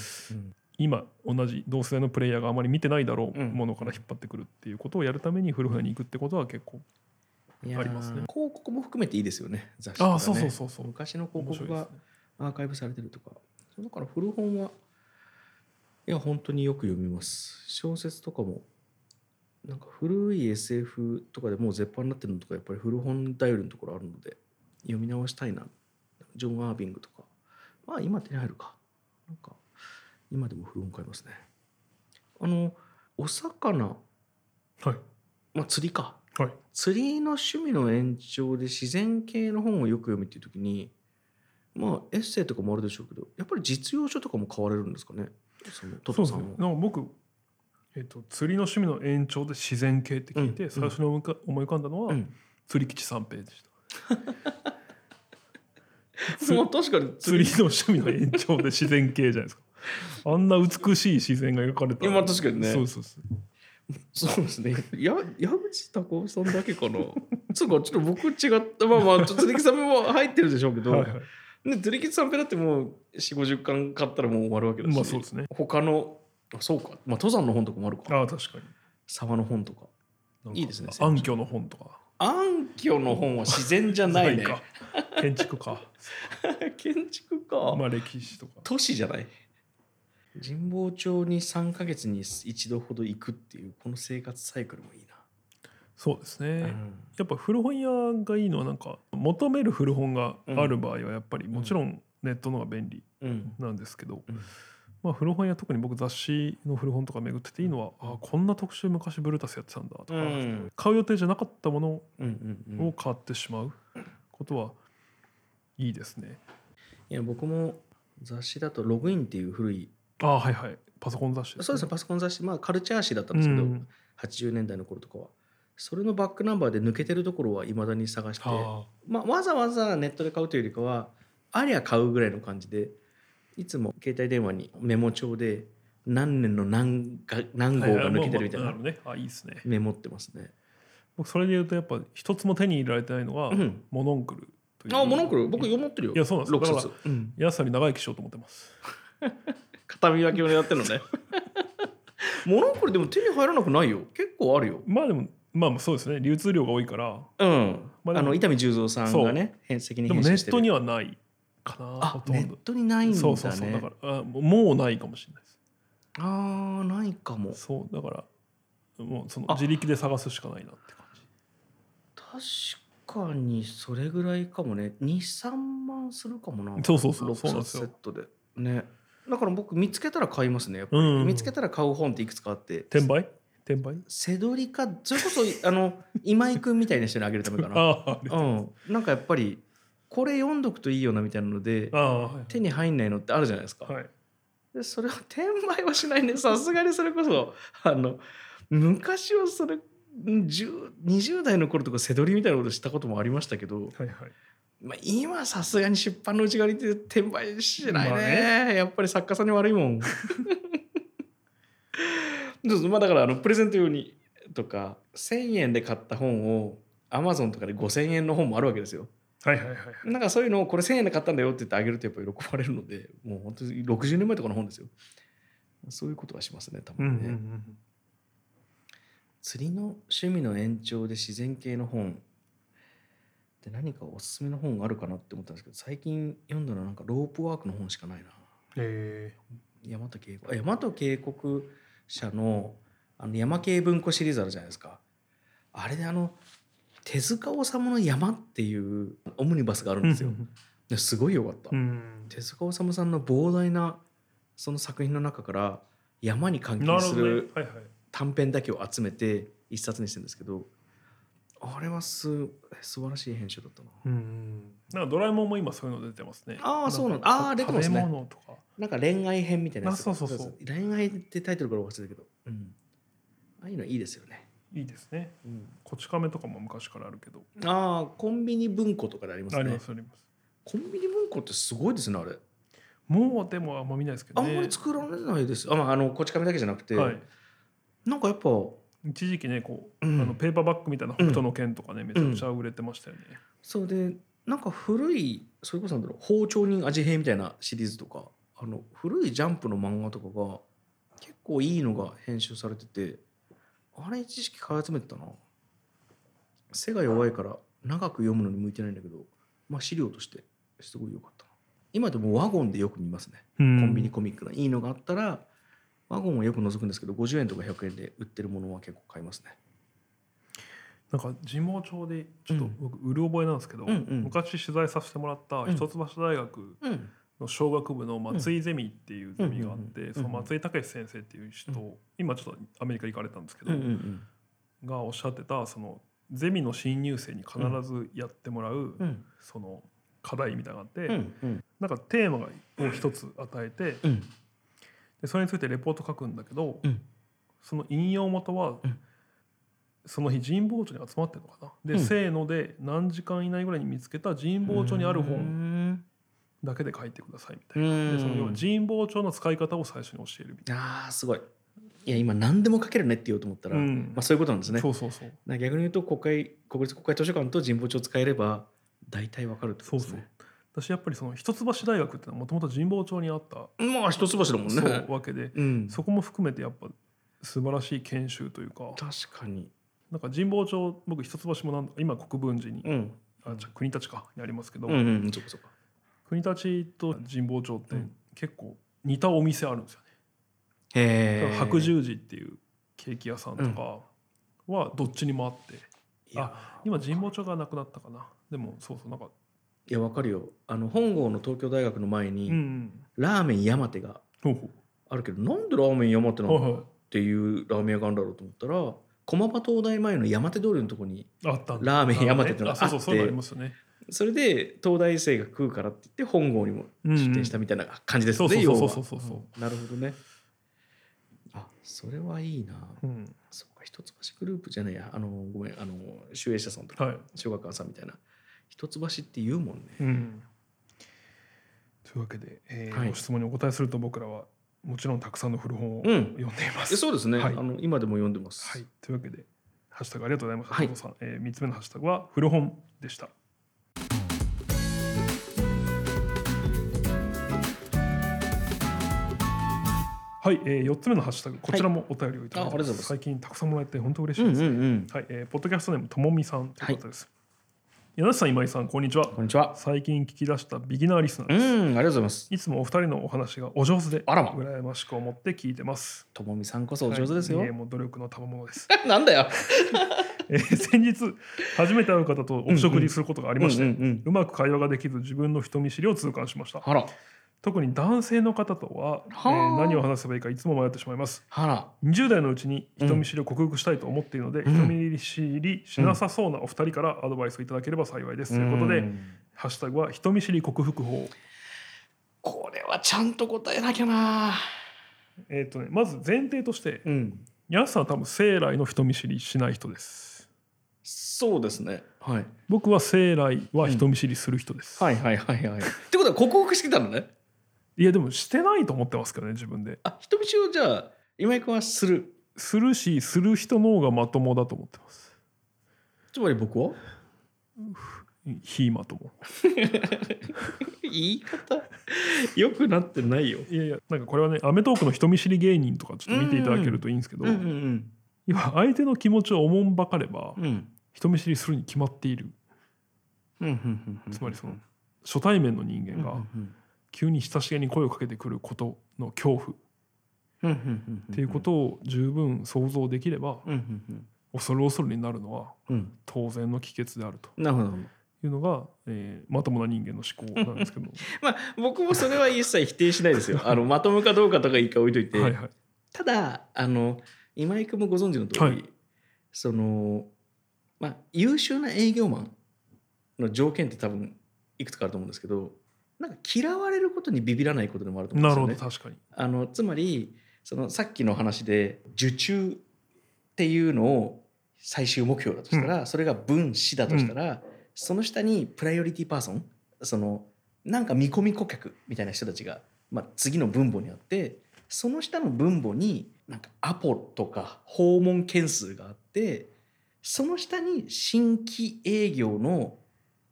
[SPEAKER 2] 今同じ同世代のプレイヤーがあまり見てないだろう
[SPEAKER 1] うん
[SPEAKER 2] ものから引っ張ってくるっていうことをやるために古本屋に行くってことは結構
[SPEAKER 1] いやー
[SPEAKER 2] ありますね
[SPEAKER 1] 広告も含めていいですよね雑誌とかね
[SPEAKER 2] ああそうそうそうそう
[SPEAKER 1] 昔の
[SPEAKER 2] 面
[SPEAKER 1] 広
[SPEAKER 2] 白
[SPEAKER 1] 告
[SPEAKER 2] いです
[SPEAKER 1] が
[SPEAKER 2] ね
[SPEAKER 1] アーカイブされてるとかだから古本はいや本当によく読みます小説とかもなんか古い SF とかでもう絶版になってるのとかやっぱり古本頼りのところあるので読み直したいなジョン・アービングとかまあ今手に入るかなんか今でも古本買いますねあのお魚
[SPEAKER 2] はい
[SPEAKER 1] まあ釣りか
[SPEAKER 2] はい
[SPEAKER 1] 釣りの趣味の延長で自然系の本をよく読むっていう時にまあエッセイとかもあるでしょうけどやっぱり実用書とかも買われるんですかねそのトッ
[SPEAKER 2] そ
[SPEAKER 1] ト
[SPEAKER 2] うです
[SPEAKER 1] さん
[SPEAKER 2] ね
[SPEAKER 1] も。
[SPEAKER 2] なんか僕、えっと釣りの趣味の延長で自然系って聞いて、
[SPEAKER 1] うん
[SPEAKER 2] 最初に思い浮か思い浮かんだのは、
[SPEAKER 1] うん
[SPEAKER 2] 釣り吉三平でした
[SPEAKER 1] そうまあ確かに
[SPEAKER 2] 釣
[SPEAKER 1] 釣
[SPEAKER 2] り
[SPEAKER 1] り
[SPEAKER 2] の趣味の延長で自然系じゃないですかあんな美しい自然が描かれた
[SPEAKER 1] いやまあ確かにね
[SPEAKER 2] そうそうそう
[SPEAKER 1] そうですねや矢口孝夫さんだけかな [laughs] そうかちょっと僕違ったまあまあちょっと釣り木さんも入ってるでしょうけど、
[SPEAKER 2] はいはい
[SPEAKER 1] で釣り木さんペだってもう4 5 0巻買ったらもう終わるわけだし、
[SPEAKER 2] まあそうですね
[SPEAKER 1] 他のあそうか、まあ、登山の本とかもあるか
[SPEAKER 2] ああ確かに
[SPEAKER 1] 沢の本とか
[SPEAKER 2] なんか
[SPEAKER 1] いいですね
[SPEAKER 2] 暗渠の本とか
[SPEAKER 1] 暗渠の本は自然じゃないね [laughs]
[SPEAKER 2] か建築か
[SPEAKER 1] 建築か、
[SPEAKER 2] まあ歴史とか
[SPEAKER 1] 都市じゃない神保町に3ヶ月に一度ほど行くっていうこの生活サイクルもいい
[SPEAKER 2] そうですね、
[SPEAKER 1] な、
[SPEAKER 2] やっぱ古本屋がいいのはなんか求める古本がある場合はやっぱりもちろんネットの方が便利
[SPEAKER 1] うん
[SPEAKER 2] なんですけど、
[SPEAKER 1] うん
[SPEAKER 2] まあ、古本屋特に僕雑誌の古本とか巡ってていいのはあこんな特集昔ブルータスやってたんだとか、
[SPEAKER 1] うん
[SPEAKER 2] 買う予定じゃなかったもの
[SPEAKER 1] うんうんうん
[SPEAKER 2] を買ってしまうことはいいですね。
[SPEAKER 1] いや僕も雑誌だとログインっていう古い
[SPEAKER 2] ああはいはいパソコン雑誌
[SPEAKER 1] そうですねパソコン雑誌まあカルチャー誌だったん
[SPEAKER 2] う
[SPEAKER 1] ですけど、
[SPEAKER 2] ん、
[SPEAKER 1] 80年代の頃とかはそれのバックナンバーで抜けてるところはいまだに探して、
[SPEAKER 2] あ
[SPEAKER 1] まあ、わざわざネットで買うというよりかはありゃ買うぐらいの感じでいつも携帯電話にメモ帳で何年の何が何
[SPEAKER 2] ー
[SPEAKER 1] 号
[SPEAKER 2] はいは
[SPEAKER 1] が
[SPEAKER 2] い
[SPEAKER 1] 抜けてるみたい
[SPEAKER 2] まあ
[SPEAKER 1] な
[SPEAKER 2] まあなるほどねあいいですね。
[SPEAKER 1] メモってますね。
[SPEAKER 2] 僕それで言うとやっぱ一つも手に入れられてないのが、
[SPEAKER 1] うん
[SPEAKER 2] モノンクルという
[SPEAKER 1] あモノクル僕読ってるよ。
[SPEAKER 2] いやそうなんですよ
[SPEAKER 1] 6
[SPEAKER 2] だ
[SPEAKER 1] 冊
[SPEAKER 2] か。
[SPEAKER 1] うん
[SPEAKER 2] 安さに長生きしようと思ってます。
[SPEAKER 1] 片見分けを狙ってるのね。 [laughs] モノクルでも手に入らなくないよ。結構あるよ。
[SPEAKER 2] まあでもまあまあそうですね流通量が多いから
[SPEAKER 1] うん。
[SPEAKER 2] まあでも
[SPEAKER 1] あの伊丹十三さんがね編責任
[SPEAKER 2] でも
[SPEAKER 1] 編
[SPEAKER 2] ネ
[SPEAKER 1] 集し
[SPEAKER 2] ッ
[SPEAKER 1] て
[SPEAKER 2] ト
[SPEAKER 1] る。
[SPEAKER 2] にはないかなほ
[SPEAKER 1] あ
[SPEAKER 2] と
[SPEAKER 1] ネ
[SPEAKER 2] ん
[SPEAKER 1] ッ
[SPEAKER 2] ど。
[SPEAKER 1] トにないんだね。
[SPEAKER 2] そうそうそうだからあもうもうないかもしれないです。
[SPEAKER 1] あーないかも。
[SPEAKER 2] そうだからもうその
[SPEAKER 1] あ
[SPEAKER 2] 自力で探すしかないなって感じ。
[SPEAKER 1] 確かにそれぐらいかもね23万するかもな
[SPEAKER 2] そうそうそう
[SPEAKER 1] 6
[SPEAKER 2] そうなんで
[SPEAKER 1] 冊
[SPEAKER 2] す
[SPEAKER 1] セ
[SPEAKER 2] よ
[SPEAKER 1] ットでねだから僕見つけたら買いますねやっぱ
[SPEAKER 2] う
[SPEAKER 1] り、
[SPEAKER 2] んうん
[SPEAKER 1] 見つけたら買う本っていくつかあって
[SPEAKER 2] 転売転売
[SPEAKER 1] セドリかそれこそあの今井君みたいな人にあげるためかな
[SPEAKER 2] あああれ
[SPEAKER 1] うんなんかやっぱりこれ読んどくといいよなみたいなので
[SPEAKER 2] ああは
[SPEAKER 1] 手に入んないのってあるじゃないですか、
[SPEAKER 2] い、はい、
[SPEAKER 1] でそれを転売はしないね [laughs] さすがにそれこそあの昔はそれ10 20代の頃とかセドリみたいなことしたこともありましたけど、
[SPEAKER 2] はいはい
[SPEAKER 1] まあ、今さすがに出版の内側にて転売しないね,、
[SPEAKER 2] まあ
[SPEAKER 1] やっぱり作家さんに悪いも [laughs] んそうそうまあだからあのプレゼント用にとか1,000円で買った本をアマゾンとかで5,000円の本もあるわけですよ
[SPEAKER 2] はいはいはいはい
[SPEAKER 1] [laughs] なんかそういうのをこれ1000円で買ったんだよって言ってあげるとやっぱ喜ばれるのでもう本当に60年前とかの本ですよそういうことはしますね多
[SPEAKER 2] うんう
[SPEAKER 1] 分ね、
[SPEAKER 2] ん
[SPEAKER 1] 釣りの趣味の延長で自然系の本で何かおすすめの本があるかなって思ったんですけど最近読んだのはなんかロープワークの本しかないな
[SPEAKER 2] うんへ
[SPEAKER 1] 大和渓谷あ大和渓谷社のあの山系文庫シリーズあるじゃないですかあれであの手塚治虫の山っていうオムニバスがある
[SPEAKER 2] え
[SPEAKER 1] んですよ、ですごい良かった、
[SPEAKER 2] うん
[SPEAKER 1] 手塚治虫さんの膨大なその作品の中から山に関
[SPEAKER 2] な
[SPEAKER 1] 係
[SPEAKER 2] る
[SPEAKER 1] す
[SPEAKER 2] ほどね
[SPEAKER 1] る
[SPEAKER 2] はいはい
[SPEAKER 1] 短編だけを集めて一冊にしてるんですけどあれはす素晴らしい編集だったな
[SPEAKER 2] うんなんかドラえもんも今そういうの出てますね
[SPEAKER 1] ああそうなんだ
[SPEAKER 2] か
[SPEAKER 1] ああ出てますね
[SPEAKER 2] 食べ物とか
[SPEAKER 1] なんか恋愛編みたいなやつ
[SPEAKER 2] あそうそうそう
[SPEAKER 1] 恋愛ってタイトルから忘れたけど、うん、ああいうのいいですよね、
[SPEAKER 2] いいですね
[SPEAKER 1] うん、
[SPEAKER 2] こち亀とかも昔からあるけど
[SPEAKER 1] ああコンビニ文庫とかであります
[SPEAKER 2] あり
[SPEAKER 1] ね
[SPEAKER 2] ますあります
[SPEAKER 1] コンビニ文庫ってすごいですねあれ
[SPEAKER 2] もうでもあんま見ないですけ
[SPEAKER 1] あん
[SPEAKER 2] どね
[SPEAKER 1] まり作られないですあ,、まあ、あのこち亀だけじゃなくて、
[SPEAKER 2] はい
[SPEAKER 1] なんかやっぱ
[SPEAKER 2] 一時期ねこう、
[SPEAKER 1] うん
[SPEAKER 2] あのペーパーバッグみたいな北斗の剣とかね、めちゃくちゃ売れてましたよね、
[SPEAKER 1] そうでなんか古いそれこそなんだろう包丁人味編みたいなシリーズとかあの古いジャンプの漫画とかが結構いいのが編集されててあれ知識買い集めてたな背が弱いから長く読むのに向いてないんだけど、まあ、資料としてすごい良かったな今でもワゴンでよく見ますね
[SPEAKER 2] コ
[SPEAKER 1] コンビニコミックのいいのがあったらワゴンはよく覗くんですけど50円とか100円で売ってるものは結構買いますね
[SPEAKER 2] なんか神保町でちょっと
[SPEAKER 1] うん
[SPEAKER 2] 僕うる覚えなんですけど、
[SPEAKER 1] うんうん
[SPEAKER 2] 昔取材させてもらった
[SPEAKER 1] うん
[SPEAKER 2] 一橋大学
[SPEAKER 1] うん
[SPEAKER 2] の小学部の松井ゼミっていうゼミがあって、
[SPEAKER 1] うんうんうん
[SPEAKER 2] その松井武先生っていう人、今ちょっとアメリカ行かれたんですけど、
[SPEAKER 1] うんうんうん
[SPEAKER 2] がおっしゃってたそのゼミの新入生に必ずやってもらう、
[SPEAKER 1] うん
[SPEAKER 2] その課題みたいなのがあって、
[SPEAKER 1] うんうん
[SPEAKER 2] なんかテーマを一つ与えて
[SPEAKER 1] うん
[SPEAKER 2] でそれについてレポート書くんだけど、
[SPEAKER 1] うん
[SPEAKER 2] その引用元は、
[SPEAKER 1] うん
[SPEAKER 2] その日神保町に集まってるのかなで、
[SPEAKER 1] うん
[SPEAKER 2] せーので何時間以内ぐらいに見つけた神保町にある
[SPEAKER 1] うー
[SPEAKER 2] 本
[SPEAKER 1] ん
[SPEAKER 2] だけで書いてくださいみた
[SPEAKER 1] う
[SPEAKER 2] いな、でその要は
[SPEAKER 1] ん
[SPEAKER 2] 神保町の使い方を最初に教えるみたい
[SPEAKER 1] あーすごいいや今何でも書けるねって言おうと思ったら、
[SPEAKER 2] な、
[SPEAKER 1] まあ、そういうことなんですね
[SPEAKER 2] そうそうそう
[SPEAKER 1] な逆に言うと国会国立国会図書館と神保町を使えれば大体わかるってことですね
[SPEAKER 2] 私やっぱりその一橋大学ってのはもともと神保町にあった、
[SPEAKER 1] まあ一橋だもんね
[SPEAKER 2] そうわけで
[SPEAKER 1] うん、
[SPEAKER 2] そこも含めてやっぱ素晴らしい研修というか
[SPEAKER 1] 確かに
[SPEAKER 2] なんか神保町僕一橋もなんだ今国分寺に、
[SPEAKER 1] うん
[SPEAKER 2] あじゃあ国立かにありますけど、
[SPEAKER 1] うんうんそっかそっか
[SPEAKER 2] 国立と神保町って
[SPEAKER 1] うん
[SPEAKER 2] 結構似たお店あるんですよね、
[SPEAKER 1] へえ
[SPEAKER 2] 白十字っていうケーキ屋さんとかはどっちにもあって、
[SPEAKER 1] いや
[SPEAKER 2] 今神保町がなくなったかなでもそうそうなんか
[SPEAKER 1] いやわかるよあの本郷の東京大学の前
[SPEAKER 2] う
[SPEAKER 1] に、
[SPEAKER 2] ん
[SPEAKER 1] ラーメン山手が
[SPEAKER 2] ほうほう
[SPEAKER 1] あるけどなんでラーメン山手なのっ
[SPEAKER 2] はいは
[SPEAKER 1] ていうラーメン屋があるんだろうと思ったら駒場東大前の山手通りのとこに
[SPEAKER 2] いあったんだ
[SPEAKER 1] ラーメン山手ってのがあ
[SPEAKER 2] あ
[SPEAKER 1] って
[SPEAKER 2] そうそうそういうのありますよね
[SPEAKER 1] それで東大生が食うからって言って本郷にも出店したみたいな感じです
[SPEAKER 2] そ
[SPEAKER 1] ね、
[SPEAKER 2] うそう
[SPEAKER 1] 要
[SPEAKER 2] そ
[SPEAKER 1] は
[SPEAKER 2] うそうそうそうそう
[SPEAKER 1] なるほどねあそれはいいな
[SPEAKER 2] うん
[SPEAKER 1] そうか一橋グループじゃないやあのごめんあの集英社さんとか
[SPEAKER 2] はい
[SPEAKER 1] 小学館さんみたいな一橋って言うもんね
[SPEAKER 2] うんというわけで、えー
[SPEAKER 1] はい
[SPEAKER 2] ご質問にお答えすると僕らはもちろんたくさんの古本を
[SPEAKER 1] う
[SPEAKER 2] 読
[SPEAKER 1] ん
[SPEAKER 2] んでいます、
[SPEAKER 1] えそうですね、
[SPEAKER 2] はい
[SPEAKER 1] あの今でも読んでます、
[SPEAKER 2] はい、というわけで、ハッシュタグありがとうございました。
[SPEAKER 1] はい
[SPEAKER 2] 佐藤さん、えー、三つ目のハッシュタグは古本でした。はい、えー、四つ目のハッシュタグ、こちらもお便りをいただいて
[SPEAKER 1] あありがとうござ
[SPEAKER 2] ます。
[SPEAKER 1] います
[SPEAKER 2] 最近たくさんもらえて本当嬉し
[SPEAKER 1] う
[SPEAKER 2] い
[SPEAKER 1] ん
[SPEAKER 2] で
[SPEAKER 1] うん
[SPEAKER 2] す。
[SPEAKER 1] うん
[SPEAKER 2] はい、えー、ポッドキャストネームともみさんということです。柳瀬さん、今井さん、こんにちは。
[SPEAKER 1] こんにちは
[SPEAKER 2] 最近聞き出したビギナーリスナー
[SPEAKER 1] う
[SPEAKER 2] です。
[SPEAKER 1] んありがとうございます
[SPEAKER 2] いつもお二人のお話がお上手で、
[SPEAKER 1] あらま
[SPEAKER 2] 羨ましく思って聞いてます。
[SPEAKER 1] ともみさんこそお上手ですよ、
[SPEAKER 2] はいいえもう努力の賜物です。
[SPEAKER 1] [laughs] なんだよ
[SPEAKER 2] えー先日初めて会う方とお食事することがありまして、う
[SPEAKER 1] うんうんうん
[SPEAKER 2] まく会話ができず自分の人見知りを痛感しました
[SPEAKER 1] はら
[SPEAKER 2] 特に男性の方とは、え
[SPEAKER 1] はあ
[SPEAKER 2] ー何を話せばいいかいつも迷ってしまいます
[SPEAKER 1] はら
[SPEAKER 2] 20代のうちに人見知りを克服したいと思っているの
[SPEAKER 1] ん
[SPEAKER 2] で、人見知りしなさそうなお二人からアドバイスをいただければ幸いです、ということで
[SPEAKER 1] ん
[SPEAKER 2] 「ハッシュタグは人見知り克服法
[SPEAKER 1] これはちゃんと答えなきゃな」
[SPEAKER 2] えーとね、まず前提として
[SPEAKER 1] うん
[SPEAKER 2] ヤスさんは多分生来の人見知りしない人です
[SPEAKER 1] そうですねはい
[SPEAKER 2] 僕は生来は人見知りする人です、
[SPEAKER 1] はいはいはいはい。ってことは克服してきたのね。
[SPEAKER 2] いやでもしてないと思ってますけどね自分で
[SPEAKER 1] あ人見知りをじゃあ今井君はする。
[SPEAKER 2] するしする人の方がまともだと思ってます
[SPEAKER 1] つまり僕は
[SPEAKER 2] 非まとも
[SPEAKER 1] 言い方良くなってないよ。
[SPEAKER 2] いやいやなんかこれはね『アメトーーク』の人見知り芸人とかちょっと見ていただけるといいんですけど、
[SPEAKER 1] うんうん
[SPEAKER 2] 要は相手の気持ちをおもんばかれば
[SPEAKER 1] うん。うん
[SPEAKER 2] 人見知りするに決まっている
[SPEAKER 1] うんうんうん
[SPEAKER 2] つまりその初対面の人間
[SPEAKER 1] う
[SPEAKER 2] が
[SPEAKER 1] んうん
[SPEAKER 2] 急に親しげに声をかけてくることの恐怖っ
[SPEAKER 1] うんうんうんうん
[SPEAKER 2] ていうことを十分想像できれば
[SPEAKER 1] うんうん
[SPEAKER 2] 恐る恐るになるのは
[SPEAKER 1] うんうん
[SPEAKER 2] 当然の帰結であると
[SPEAKER 1] なるほど
[SPEAKER 2] いうのが、えーまともな人間の思考なんですけど
[SPEAKER 1] まあ僕もそれは一切否定しないですよあのまともかどうかとかいいか置いといて、
[SPEAKER 2] はいはい
[SPEAKER 1] ただあの今井君もご存知の通り、
[SPEAKER 2] はい
[SPEAKER 1] そのまあ優秀な営業マンの条件って多分いくつかあると思うんですけどなんか嫌われることにビビらないことでもあると思
[SPEAKER 2] なる
[SPEAKER 1] うん
[SPEAKER 2] ほ
[SPEAKER 1] で
[SPEAKER 2] ど
[SPEAKER 1] すよね。
[SPEAKER 2] 確かに
[SPEAKER 1] あのつまりそのさっきの話で受注っていうのを最終目標だとしたら、それが分子だとしたら、その下にプライオリティパーソンそのなんか見込み顧客みたいな人たちが、まあ、次の分母にあってその下の分母になんかアポとか訪問件数があってその下に新規営業の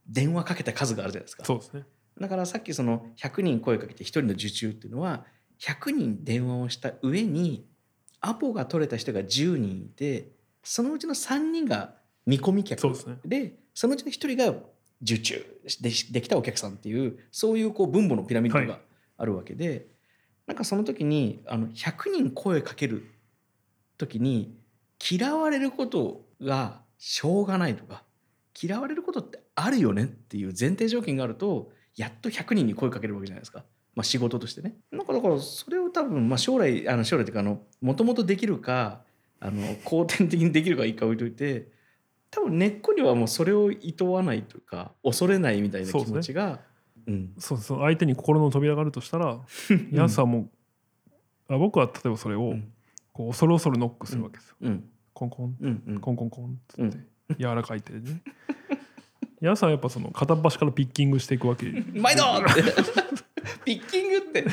[SPEAKER 1] 電話かけた数があるじゃないですか。
[SPEAKER 2] そうですね
[SPEAKER 1] だからさっきその100人声かけて1人の受注っていうのは100人電話をした上にアポが取れた人が10人いてそのうちの3人が見込み客
[SPEAKER 2] そうですね
[SPEAKER 1] でそのうちの1人が受注でできたお客さんっていうそういうこう分母のピラミッド
[SPEAKER 2] は
[SPEAKER 1] があるわけで、なんかその時にあの100人声かける時に嫌われることがしょうがないとか嫌われることってあるよねっていう前提条件があるとやっと100人に声かけるわけじゃないですか、まあ、仕事としてね。なんかだからそれを多分まあ将来あの将来というかもともとできるかあの後天的にできるかいいか置いといて多分根っこにはもうそれを厭わないというか恐れないみたいな気持ちが。うん
[SPEAKER 2] そうそう相手に心の扉があるとしたら皆さんもうあ僕は例えばそれを
[SPEAKER 1] うん
[SPEAKER 2] こう恐る恐るノックするわけですよ、
[SPEAKER 1] うん
[SPEAKER 2] コンコン
[SPEAKER 1] うんうん
[SPEAKER 2] コンコンコンっつって、柔らかい手でね [laughs] 皆さんはやっぱその片っ端からピッキングしていくわけ
[SPEAKER 1] 毎度って [laughs] ピッキングって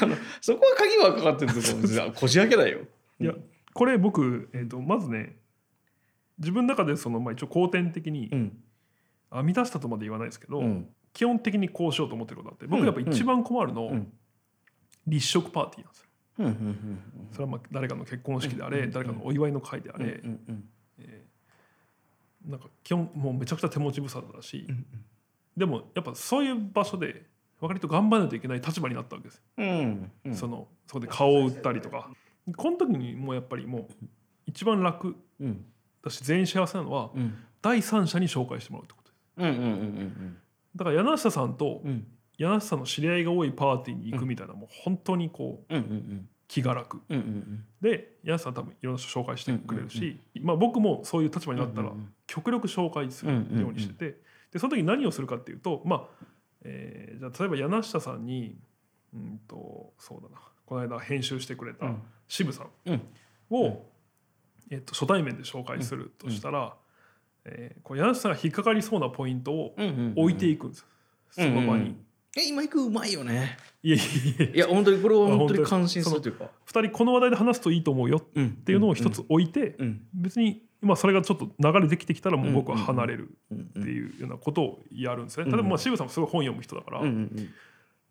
[SPEAKER 1] あのそこは鍵がかかってるんですよ [laughs] 実はこじ開けだよ。
[SPEAKER 2] いやこれ僕、えー、とまずね自分の中でその、まあ、一応後天的に
[SPEAKER 1] うん
[SPEAKER 2] 編み出したとまで言わないですけど、
[SPEAKER 1] うん
[SPEAKER 2] 基本的にこうしようと思ってることがあって僕やっぱ一番困るの、
[SPEAKER 1] うん
[SPEAKER 2] 立食パーティーなんですよ
[SPEAKER 1] うんうん
[SPEAKER 2] それはまあ誰かの結婚式であれ、
[SPEAKER 1] うん
[SPEAKER 2] 誰かのお祝いの会であ
[SPEAKER 1] うんうん
[SPEAKER 2] れ、
[SPEAKER 1] うん
[SPEAKER 2] えーなんか基本もうめちゃくちゃ手持ち無沙汰だし、
[SPEAKER 1] うん
[SPEAKER 2] でもやっぱそういう場所で割と頑張らないといけない立場になったわけです、
[SPEAKER 1] うんうん
[SPEAKER 2] そのそこで顔を売ったりとかこの時にもうやっぱりもう一番楽
[SPEAKER 1] うん
[SPEAKER 2] だし全員幸せなのは
[SPEAKER 1] うん
[SPEAKER 2] 第三者に紹介してもらうってことです
[SPEAKER 1] うんうんうんうん
[SPEAKER 2] だから柳下さんと
[SPEAKER 1] うん
[SPEAKER 2] 柳下さんの知り合いが多いパーティーに行くみたいな、もう本当にこう
[SPEAKER 1] うんうんうん
[SPEAKER 2] 気が楽
[SPEAKER 1] うんうん
[SPEAKER 2] でヤンさん多分いろんな人紹介してくれるし、まあ、僕もそういう立場になった
[SPEAKER 1] う
[SPEAKER 2] ら
[SPEAKER 1] んうんうん
[SPEAKER 2] 極力紹介するようにしてて、でその時何をするかっていうとまあ、えーじゃあ例えば柳下さんにうんとそうだなこの間編集してくれた
[SPEAKER 1] うん
[SPEAKER 2] 渋さん
[SPEAKER 1] うん
[SPEAKER 2] を、
[SPEAKER 1] うん
[SPEAKER 2] えっと初対面で紹介するとしたら、えーこう柳下さんが引っかかりそうなポイントを
[SPEAKER 1] うんうん
[SPEAKER 2] 置いて
[SPEAKER 1] い
[SPEAKER 2] いくんです、その場に。
[SPEAKER 1] え今行くうまいよね
[SPEAKER 2] いやいやいや
[SPEAKER 1] いや本当にこれは
[SPEAKER 2] あ
[SPEAKER 1] 本当
[SPEAKER 2] 本当
[SPEAKER 1] に
[SPEAKER 2] です
[SPEAKER 1] 感心するというか
[SPEAKER 2] 2人この話題で話すといいと思うよっ
[SPEAKER 1] うんって
[SPEAKER 2] いうのを一つ置いて、
[SPEAKER 1] うん
[SPEAKER 2] 別に今それがちょっと流れてきてきたらもう僕は離れる
[SPEAKER 1] うんう
[SPEAKER 2] っ
[SPEAKER 1] ん
[SPEAKER 2] ていうようなことをやるんですね。
[SPEAKER 1] うん
[SPEAKER 2] 例えばまあ渋さんもすごい本読む人だから、
[SPEAKER 1] うんうん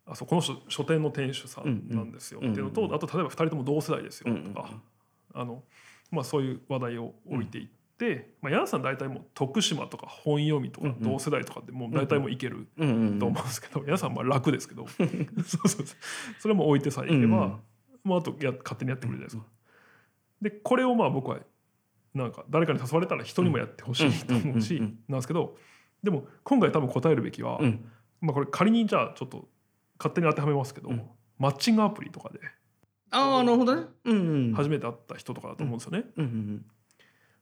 [SPEAKER 2] あそうこの人書店の店主さんなんですよっ
[SPEAKER 1] う
[SPEAKER 2] て
[SPEAKER 1] ん
[SPEAKER 2] いうのと、
[SPEAKER 1] うん
[SPEAKER 2] あと例えば2人とも同世代ですよ
[SPEAKER 1] うん
[SPEAKER 2] とか、あのまあ、そういう話題を置いていって、まあ、ヤンさん大体もう徳島とか本読みと
[SPEAKER 1] う
[SPEAKER 2] か
[SPEAKER 1] んうん
[SPEAKER 2] 同世代とかってもう大体もういける
[SPEAKER 1] うんうん
[SPEAKER 2] と思うんですけど、ヤンさんはまあ楽です
[SPEAKER 1] [laughs]
[SPEAKER 2] けどそうそうそうそれも置いてさえいけば、
[SPEAKER 1] うん
[SPEAKER 2] まあ、あとや勝手にやってくれるじゃないですか。でこれをまあ僕はなんか誰かに誘われたら人にもやってほしいと思うし
[SPEAKER 1] うんうんうん
[SPEAKER 2] なんですけどでも今回多分答えるべきは、
[SPEAKER 1] うん
[SPEAKER 2] まあ、これ仮にじゃあちょっと勝手に当てはめますけど、
[SPEAKER 1] うん
[SPEAKER 2] マッチングアプリとかで
[SPEAKER 1] ああなるほどねうんうん
[SPEAKER 2] 初めて会った人とかだと思うんですよね。
[SPEAKER 1] うんうん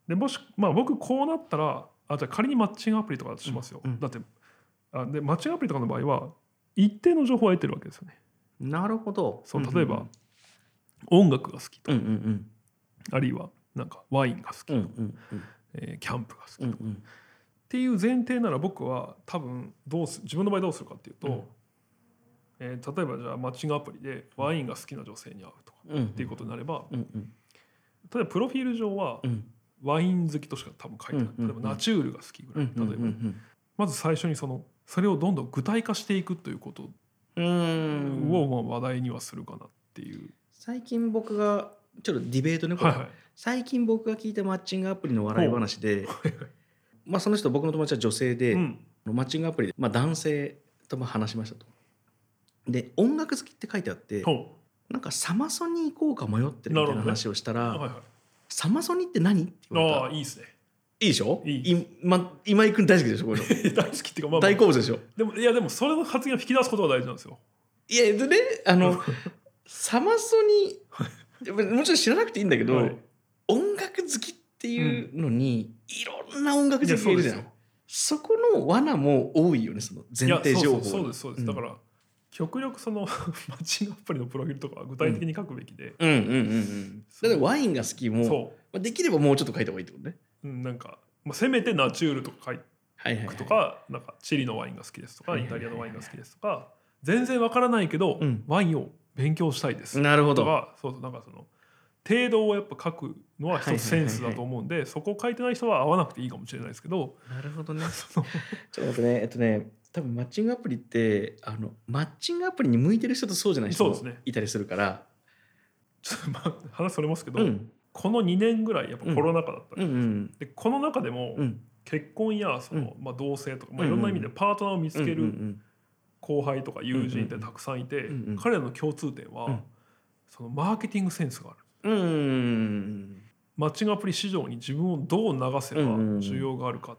[SPEAKER 2] でもし、まあ、僕こうなったらあじゃあ仮にマッチングアプリとかだとしますよ。
[SPEAKER 1] うんうん
[SPEAKER 2] だってあでマッチングアプリとかの場合は一定の情報を得てるわけですよね。
[SPEAKER 1] うんなるほど
[SPEAKER 2] そう例えば、音楽が好きと
[SPEAKER 1] うんうんうん
[SPEAKER 2] あるいはなんかワインが好きと、
[SPEAKER 1] うんうん
[SPEAKER 2] えーキャンプが好き
[SPEAKER 1] うんうん
[SPEAKER 2] っていう前提なら僕は多分どうす自分の場合どうするかっていうと、
[SPEAKER 1] うん
[SPEAKER 2] えー例えばじゃあマッチングアプリでワインが好きな女性に会うとか
[SPEAKER 1] うん
[SPEAKER 2] っていうことになれば
[SPEAKER 1] うんうん
[SPEAKER 2] 例えばプロフィール上は
[SPEAKER 1] うん
[SPEAKER 2] ワイン好きとしか多分書いてない
[SPEAKER 1] うん
[SPEAKER 2] 例えばナチュールが好きぐらい例えばまず最初にそのそれをどんどん具体化していくということ
[SPEAKER 1] うんうんうん
[SPEAKER 2] をまあ話題にはするかなっていう、
[SPEAKER 1] 最近僕がちょっとディベートねこ
[SPEAKER 2] はい
[SPEAKER 1] れ
[SPEAKER 2] はい
[SPEAKER 1] 最近僕が聞いたマッチングアプリの笑い話で [laughs] まあその人僕の友達は女性で、
[SPEAKER 2] うん
[SPEAKER 1] マッチングアプリで、まあ、男性とも話しましたと。で音楽好きって書いてあって
[SPEAKER 2] ほ
[SPEAKER 1] なんかサマソニ行こうか迷ってるみたいな
[SPEAKER 2] なるほどね
[SPEAKER 1] 話をした
[SPEAKER 2] う
[SPEAKER 1] ら「
[SPEAKER 2] はいはい
[SPEAKER 1] サマソニって何?」って言わ
[SPEAKER 2] あ
[SPEAKER 1] れ
[SPEAKER 2] あ
[SPEAKER 1] た
[SPEAKER 2] いいですね [laughs]
[SPEAKER 1] いいでしょ
[SPEAKER 2] いい
[SPEAKER 1] ま、今井君大好きでしょ
[SPEAKER 2] [laughs]
[SPEAKER 1] こういうの
[SPEAKER 2] 大好きっていうかまあ、ま
[SPEAKER 1] 大
[SPEAKER 2] あ、
[SPEAKER 1] 好物でしょ
[SPEAKER 2] でもいやでもそれの発言を引き出すことが大事なんですよ
[SPEAKER 1] いやでねあのサマソニやっぱりもちろん知らなくていいんだけど、
[SPEAKER 2] はい
[SPEAKER 1] 音楽好きっていうのに、いろんな音楽
[SPEAKER 2] い
[SPEAKER 1] 好
[SPEAKER 2] や
[SPEAKER 1] きが
[SPEAKER 2] そ
[SPEAKER 1] いうる
[SPEAKER 2] です
[SPEAKER 1] じゃ
[SPEAKER 2] よ
[SPEAKER 1] んそこの罠も多いよねその前提情報
[SPEAKER 2] いやそうそうそうですそうです、
[SPEAKER 1] うん
[SPEAKER 2] だから極力その [laughs] マッチングアプリのプロフィールとかは具体的に書くべきで、
[SPEAKER 1] うんうんうんうんだってワインが好きも、
[SPEAKER 2] そ
[SPEAKER 1] まあ、できればもうちょっと書いた方がいいってことね
[SPEAKER 2] う、うん、なんか、まあ、せめてナチュールとか書い
[SPEAKER 1] はいはい、は
[SPEAKER 2] く
[SPEAKER 1] い、
[SPEAKER 2] とかなんかチリのワインが好きですとか
[SPEAKER 1] はいは
[SPEAKER 2] イ
[SPEAKER 1] いはい
[SPEAKER 2] タリアのワインが好きですとか全然わからないけど、
[SPEAKER 1] うん
[SPEAKER 2] ワインを勉強したいです
[SPEAKER 1] なるほど
[SPEAKER 2] とかそうそうなんかその程度をやっぱ書くのは一つセンスだと思うんで、そこを書いてない人は合わなくていいかもしれないですけど
[SPEAKER 1] なるほどね
[SPEAKER 2] その
[SPEAKER 1] ちょっと待ってねえっとね多分マッチングアプリってあのマッチングアプリに向いてる人とそうじゃない人も
[SPEAKER 2] そうですね
[SPEAKER 1] いたりするから
[SPEAKER 2] ちょっとまあ話それますけど、
[SPEAKER 1] うん
[SPEAKER 2] この2年ぐらいやっぱコロナ禍だった
[SPEAKER 1] う
[SPEAKER 2] り、
[SPEAKER 1] んうん
[SPEAKER 2] でこの中でも、
[SPEAKER 1] うん
[SPEAKER 2] 結婚やその、まあ、同性とか、まあ、いろんな意味で
[SPEAKER 1] う
[SPEAKER 2] パートナーを見つけ
[SPEAKER 1] うんう
[SPEAKER 2] る
[SPEAKER 1] ん
[SPEAKER 2] 後輩とか友人ってたくさんいて、
[SPEAKER 1] うんうん
[SPEAKER 2] 彼らの共通点は、
[SPEAKER 1] うん
[SPEAKER 2] そのマーケティングセンスがある
[SPEAKER 1] うんうんうん
[SPEAKER 2] マッチングアプリ市場に自分をどう流せば
[SPEAKER 1] うんうんうん
[SPEAKER 2] 需要があるか、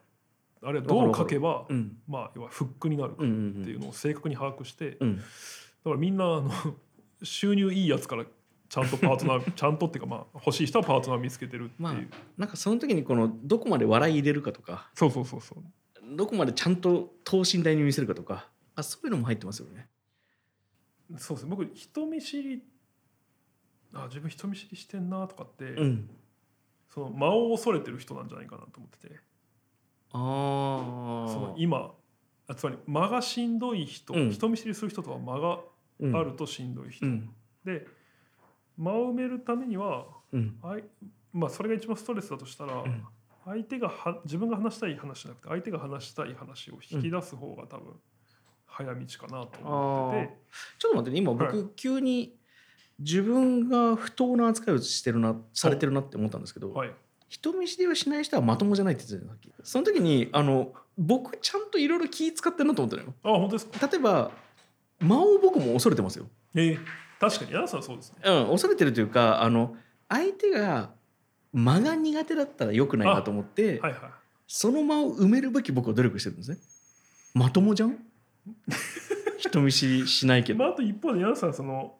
[SPEAKER 2] あるいはどう書けば、
[SPEAKER 1] うんうん
[SPEAKER 2] まあ、要はフックになるか
[SPEAKER 1] うんうん
[SPEAKER 2] っていうのを正確に把握して、だ
[SPEAKER 1] うん
[SPEAKER 2] からみんなあの [laughs] 収入いいやつからちゃんとパート
[SPEAKER 1] [laughs]
[SPEAKER 2] ナーちゃんとっていうか、まあ、欲しい人はパートナー見つけてるっていう、
[SPEAKER 1] まあなんかその時にこのどこまで笑い入れるかとか
[SPEAKER 2] そうそうそうそう
[SPEAKER 1] どこまでちゃんと等身大に見せるかとかあそういうのも入ってますよね。
[SPEAKER 2] そうですね僕人見知りあ自分人見知りしてんなとかって、
[SPEAKER 1] うん、
[SPEAKER 2] その間を恐れてる人なんじゃないかなと思ってて
[SPEAKER 1] ああ
[SPEAKER 2] その今あつまり間がしんどい人、
[SPEAKER 1] うん
[SPEAKER 2] 人見知りする人とは間が
[SPEAKER 1] うん
[SPEAKER 2] あるとしんどい人、
[SPEAKER 1] うん
[SPEAKER 2] で間を埋めるためには
[SPEAKER 1] うん
[SPEAKER 2] あい、まあ、それが一番ストレスだとしたら、
[SPEAKER 1] ん
[SPEAKER 2] 相手がは自分が話したい話じゃなくて相手が話したい話を引き出す方が多分早道かなと思ってて、
[SPEAKER 1] ちょっと待ってね今
[SPEAKER 2] は
[SPEAKER 1] 僕急に自分が不当な扱いをしてるなされてるなって思ったんですけど、
[SPEAKER 2] はい、
[SPEAKER 1] 人見知りをしない人はまともじゃないって言ってたじゃんさっきその時にあの僕ちゃんといろいろ気使ってるなと思ったのよ
[SPEAKER 2] あ本当ですか、
[SPEAKER 1] 例えば間を僕も恐れてますよ、
[SPEAKER 2] えー確かに柳さんはそうですね
[SPEAKER 1] うん、恐れてるというかあの相手が間が苦手だったら良くないなと思って、
[SPEAKER 2] はいはい
[SPEAKER 1] その間を埋めるべき僕は努力してるんですねまともじゃん [laughs] 人見知りしないけど
[SPEAKER 2] まあ、あと一方で柳さんはその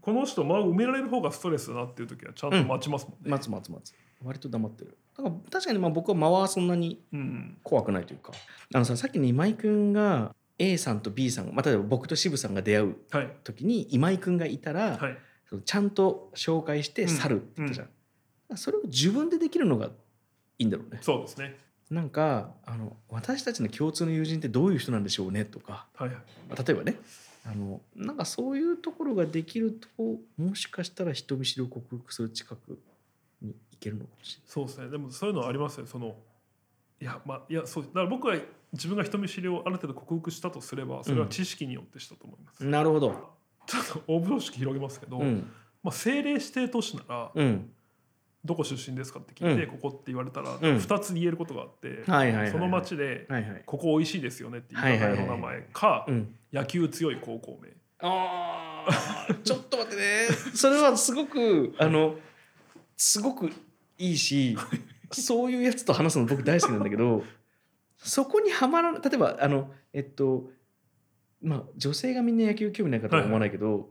[SPEAKER 2] この人間を埋められる方がストレスだなっていう時はちゃんと待ちますもんね。
[SPEAKER 1] 待つ待つ待つ割と黙ってるだから確かにまあ僕は間はそんなに
[SPEAKER 2] うん
[SPEAKER 1] 怖くないというかあのささっきの今井君が A さんと B さんが、まあ、例えば僕と渋さんが出会う
[SPEAKER 2] はい
[SPEAKER 1] 時に今井君がいたら、
[SPEAKER 2] はい
[SPEAKER 1] そのちゃんと紹介して去るって言ったじゃん、それを自分でできるのがいいんだろうね
[SPEAKER 2] そうですね。
[SPEAKER 1] なんかあの私たちの共通の友人ってどういう人なんでしょうねとか
[SPEAKER 2] はいはい。
[SPEAKER 1] まあ例えばねあのなんかそういうところができるともしかしたら人見知りを克服する近くに行けるのかもし
[SPEAKER 2] そうですね。でもそういうのはありますよ。そのいやまあいやそうだから僕は自分が人見知りをある程度克服したとすればそれは知識によってしたと思います。
[SPEAKER 1] れないなるほど
[SPEAKER 2] ちょっと大風呂敷広げますけど、
[SPEAKER 1] うん
[SPEAKER 2] まあ政令指定都市なら
[SPEAKER 1] うん
[SPEAKER 2] どこ出身ですかって聞いて、
[SPEAKER 1] う
[SPEAKER 2] ここって言われたら
[SPEAKER 1] うん
[SPEAKER 2] 2つ言えることがあって、
[SPEAKER 1] はいはいはいはい
[SPEAKER 2] その町で
[SPEAKER 1] はいはい
[SPEAKER 2] ここ美味しいですよねっていう居酒
[SPEAKER 1] はい
[SPEAKER 2] 屋の名
[SPEAKER 1] はい
[SPEAKER 2] 前か
[SPEAKER 1] うん
[SPEAKER 2] 野球強い高校名
[SPEAKER 1] あーちょっと待ってね [laughs] それはすごくあのすごくいいしそういうやつと話すの僕大好きなんだけどそこにはまらな例えばあのえっとまあ女性がみんな野球興味ないかとは思わないけど、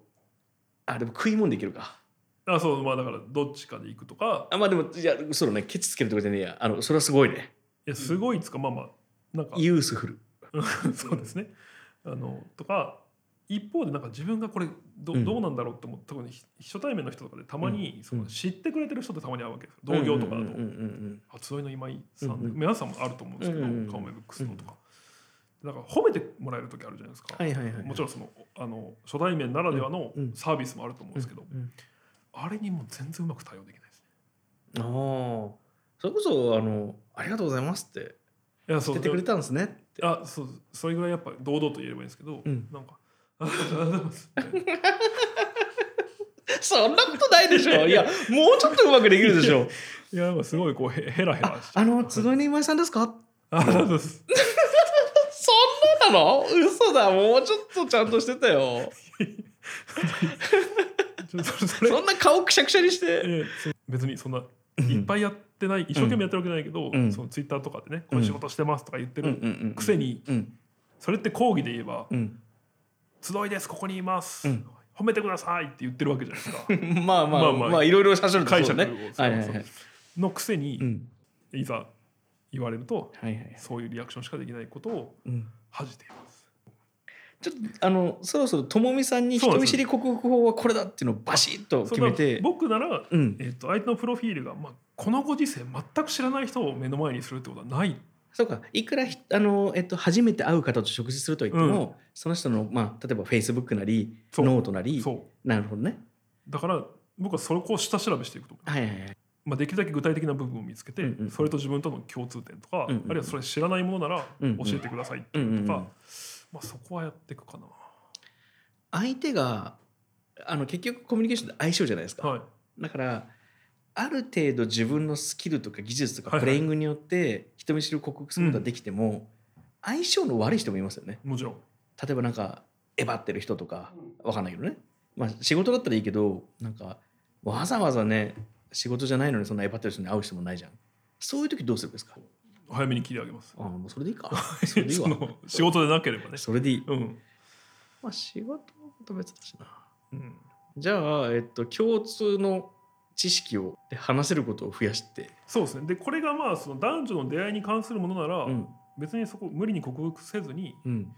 [SPEAKER 1] あでも食いもんでいけるか
[SPEAKER 2] あそうまあだからどっちかで行くとか
[SPEAKER 1] あまあでもいやそうだねケチつけるとかじゃねえやあのそれはすごいね
[SPEAKER 2] いやすごいっつうかまあまあなんか
[SPEAKER 1] ユースフル
[SPEAKER 2] [laughs] そうですねあのとか一方でなんか自分がこれど
[SPEAKER 1] うん
[SPEAKER 2] どうなんだろうって思った特にひ初対面の人とかでたまにその知ってくれてる人ってたまに会うわけです同業とかだ
[SPEAKER 1] うん
[SPEAKER 2] と
[SPEAKER 1] うんうん
[SPEAKER 2] あ集いの今井さん、
[SPEAKER 1] うんうん
[SPEAKER 2] 皆さんもあると思うんですけど、
[SPEAKER 1] うんうんうん
[SPEAKER 2] 顔面ブックスのとか、なんか褒めてもらえる時あるじゃないですか、
[SPEAKER 1] はいはいはい
[SPEAKER 2] もちろんそのあの初対面ならではの
[SPEAKER 1] うんうん
[SPEAKER 2] サービスもあると思うんですけど、
[SPEAKER 1] うんうん
[SPEAKER 2] あれにもう全然うまく対応できないです
[SPEAKER 1] あ
[SPEAKER 2] ね。
[SPEAKER 1] あそれこそあの「ありがとうございます」って
[SPEAKER 2] いや
[SPEAKER 1] 「
[SPEAKER 2] そう
[SPEAKER 1] 出てくれたんですね」って
[SPEAKER 2] あそうそれぐらいやっぱ堂々と言えればいいんですけど、
[SPEAKER 1] うん
[SPEAKER 2] なんか [laughs] 「ありがとうございます」って
[SPEAKER 1] そんなことないでしょ。いや、もうちょっとうまくできるでし
[SPEAKER 2] [laughs]
[SPEAKER 1] ょ。
[SPEAKER 2] いやなんかすごいこうへヘラヘラして
[SPEAKER 1] あの、集いの今井さんですか
[SPEAKER 2] ありがとうございます
[SPEAKER 1] そんななの嘘だ。もうちょっとちゃんとしてたよ。
[SPEAKER 2] ちょっとそれそれ
[SPEAKER 1] そんな顔くしゃくしゃにし
[SPEAKER 2] え
[SPEAKER 1] て。
[SPEAKER 2] ーそう別にそんない
[SPEAKER 1] い
[SPEAKER 2] っぱいやってない、一生懸命やってるわけないけど、
[SPEAKER 1] うん
[SPEAKER 2] そのツイッターとかでね「こういう仕事してます」とか言ってるくせ
[SPEAKER 1] に。
[SPEAKER 2] に、
[SPEAKER 1] うん。
[SPEAKER 2] それって講義で言えば
[SPEAKER 1] うん。
[SPEAKER 2] 「集いですここにいます、
[SPEAKER 1] うん
[SPEAKER 2] 褒めてください」って言ってるわけじゃないですか
[SPEAKER 1] まあまあ、
[SPEAKER 2] まあまあ
[SPEAKER 1] まあ、いろいろさせると
[SPEAKER 2] 解
[SPEAKER 1] そう
[SPEAKER 2] 釈
[SPEAKER 1] ね
[SPEAKER 2] を。
[SPEAKER 1] はいはいはい。
[SPEAKER 2] のくせに、
[SPEAKER 1] うん。
[SPEAKER 2] いざ言われると
[SPEAKER 1] はいはいはい。
[SPEAKER 2] そういうリアクションしかできないことを
[SPEAKER 1] うん
[SPEAKER 2] 恥じています。
[SPEAKER 1] ちょっとあのそろそろともみさんに
[SPEAKER 2] そう
[SPEAKER 1] 人
[SPEAKER 2] なん
[SPEAKER 1] 見
[SPEAKER 2] です
[SPEAKER 1] 知り克服法はこれだっていうのをバシッと
[SPEAKER 2] そう
[SPEAKER 1] 決め
[SPEAKER 2] だ
[SPEAKER 1] て
[SPEAKER 2] から僕なら、
[SPEAKER 1] うん
[SPEAKER 2] えっと相手のプロフィールが、まあ、このご時世全く知らない人を目の前にするってことはない
[SPEAKER 1] そうかいくらひあの、えっと、初めて会う方と食事するとは言っても、その人の、まあ、例えばフェイスブックなり
[SPEAKER 2] そう
[SPEAKER 1] ノートなり
[SPEAKER 2] そう
[SPEAKER 1] なるほどね
[SPEAKER 2] だから僕はそこを下調べしていくと思う、
[SPEAKER 1] はいはいはい
[SPEAKER 2] まあ、できるだけ具体的な部分を見つけて、
[SPEAKER 1] うんうん
[SPEAKER 2] それと自分との共通点とか、
[SPEAKER 1] うんうん
[SPEAKER 2] あるいはそれ知らないものなら
[SPEAKER 1] うんうん
[SPEAKER 2] 教えてください
[SPEAKER 1] う
[SPEAKER 2] とか、
[SPEAKER 1] んうんうん
[SPEAKER 2] まあ、そこはやっていくか
[SPEAKER 1] 相手があの結局コミュニケーションって相性じゃないですか、
[SPEAKER 2] な。はい
[SPEAKER 1] だからある程度自分のスキルとか技術と
[SPEAKER 2] は
[SPEAKER 1] か
[SPEAKER 2] い
[SPEAKER 1] プ
[SPEAKER 2] はい
[SPEAKER 1] レイングによって人見知りを克服することができても、相性の悪い人もいますよね
[SPEAKER 2] もちろん
[SPEAKER 1] 例えばなんかえばってる人とかわかんないけどね、まあ、仕事だったらいいけどなんかわざわざね仕事じゃないのにそんなえばってる人に会う人もないじゃんそういう時どうするんですか
[SPEAKER 2] 早めに切り上げます
[SPEAKER 1] あもうそれでいい
[SPEAKER 2] [laughs]
[SPEAKER 1] かそれでいい
[SPEAKER 2] そ
[SPEAKER 1] わ
[SPEAKER 2] の仕事でなければね。
[SPEAKER 1] それでいい、
[SPEAKER 2] うん
[SPEAKER 1] まあ、仕事はまた別だしな
[SPEAKER 2] うん
[SPEAKER 1] じゃあ、えっと、共通の知識をで話せることを増やして、
[SPEAKER 2] そうですねでこれがまあその男女の出会いに関するものなら、
[SPEAKER 1] うん
[SPEAKER 2] 別にそこ無理に克服せずに
[SPEAKER 1] うん、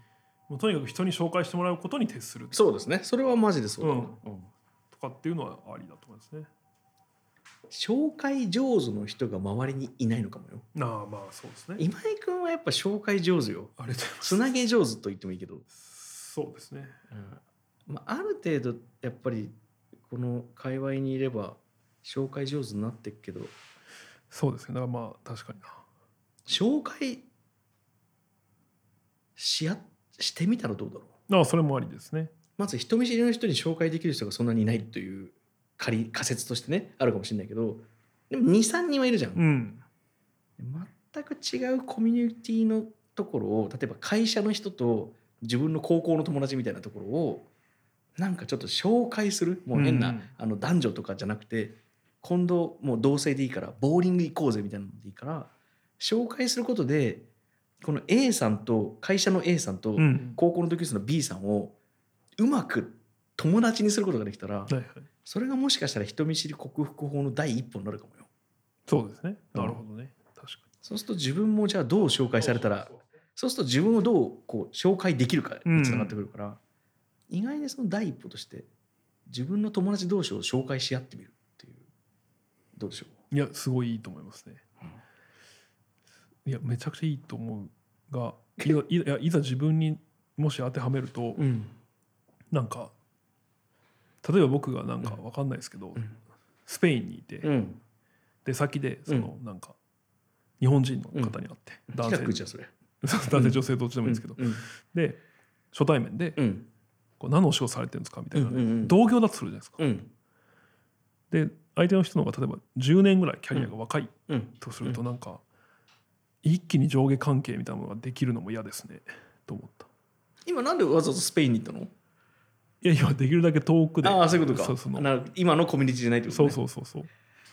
[SPEAKER 2] もうとにかく人に紹介してもらうことに徹すると
[SPEAKER 1] そうですねそれはマジでそうだな、うん
[SPEAKER 2] かっていうのはありだと思いますね。
[SPEAKER 1] 紹介上手の人が周りにいないのかもよ
[SPEAKER 2] なあまあそうですね。
[SPEAKER 1] 今井君はやっぱ紹介上手よ
[SPEAKER 2] ありがとうございます
[SPEAKER 1] つなげ上手と言ってもいいけど、
[SPEAKER 2] そうですね。
[SPEAKER 1] うんまあ、ある程度やっぱりこの界隈にいれば紹介上手になってくけど
[SPEAKER 2] そうですね。だからまあ確かにな。
[SPEAKER 1] 紹介しやしてみたらどうだろう
[SPEAKER 2] ああそれもありですね。
[SPEAKER 1] まず人見知りの人に紹介できる人がそんなにいないという仮仮説としてねあるかもしれないけどでも23人はいるじゃん、
[SPEAKER 2] うん。
[SPEAKER 1] 全く違うコミュニティのところを例えば会社の人と自分の高校の友達みたいなところをなんかちょっと紹介するもう変な、
[SPEAKER 2] うん
[SPEAKER 1] あの男女とかじゃなくて今度もう同性でいいからボーリング行こうぜみたいなのでいいから紹介することでこの A さんと会社の A さんと
[SPEAKER 2] うん。
[SPEAKER 1] 高校の同級生の B さんをうまく友達にすることができたら
[SPEAKER 2] はいはい、
[SPEAKER 1] それがもしかしたら人見知り克服法の第一歩になるかもよ
[SPEAKER 2] そうですね
[SPEAKER 1] うん
[SPEAKER 2] なるほどね確か
[SPEAKER 1] そうすると自分もじゃあどう紹
[SPEAKER 2] に
[SPEAKER 1] 介されたらそうすると自分をどうこう紹介できるかにつながってくるから、意外にその第一歩として自分の友達同士を紹介し合ってみるっていうどうでしょ
[SPEAKER 2] いやすごいいいと思いますね
[SPEAKER 1] うん。
[SPEAKER 2] いやめちゃくちゃいいと思うがいざいやいざ自分にもし当てはめると
[SPEAKER 1] う、うん
[SPEAKER 2] なんか例えば僕がなんかわかんないですけど、
[SPEAKER 1] うん
[SPEAKER 2] スペインにいて、
[SPEAKER 1] うん、
[SPEAKER 2] で先でそのなんか日本人の方に会って、
[SPEAKER 1] 近く
[SPEAKER 2] 男
[SPEAKER 1] じ
[SPEAKER 2] 性
[SPEAKER 1] ゃんそれ。
[SPEAKER 2] [laughs] 男性女性どっちでもいいんですけど、
[SPEAKER 1] うん
[SPEAKER 2] で初対面で
[SPEAKER 1] うん
[SPEAKER 2] こう何のお仕事されてるんですかみた
[SPEAKER 1] う
[SPEAKER 2] い
[SPEAKER 1] ん
[SPEAKER 2] な、
[SPEAKER 1] うんうん
[SPEAKER 2] 同業だとするじゃないですか。
[SPEAKER 1] うん
[SPEAKER 2] で相手の人の方が例えば10年ぐらいキャリアが若い
[SPEAKER 1] うん
[SPEAKER 2] とするとなんか一気に上下関係みたいなものができるのも嫌ですねと思った。
[SPEAKER 1] 今なんでわざわざスペインに行ったの
[SPEAKER 2] いや今できるだけ遠くで
[SPEAKER 1] ああそういうことか
[SPEAKER 2] そうその
[SPEAKER 1] なる今のコミュニティじゃないってこと、
[SPEAKER 2] そ
[SPEAKER 1] ね、
[SPEAKER 2] うそうそうそう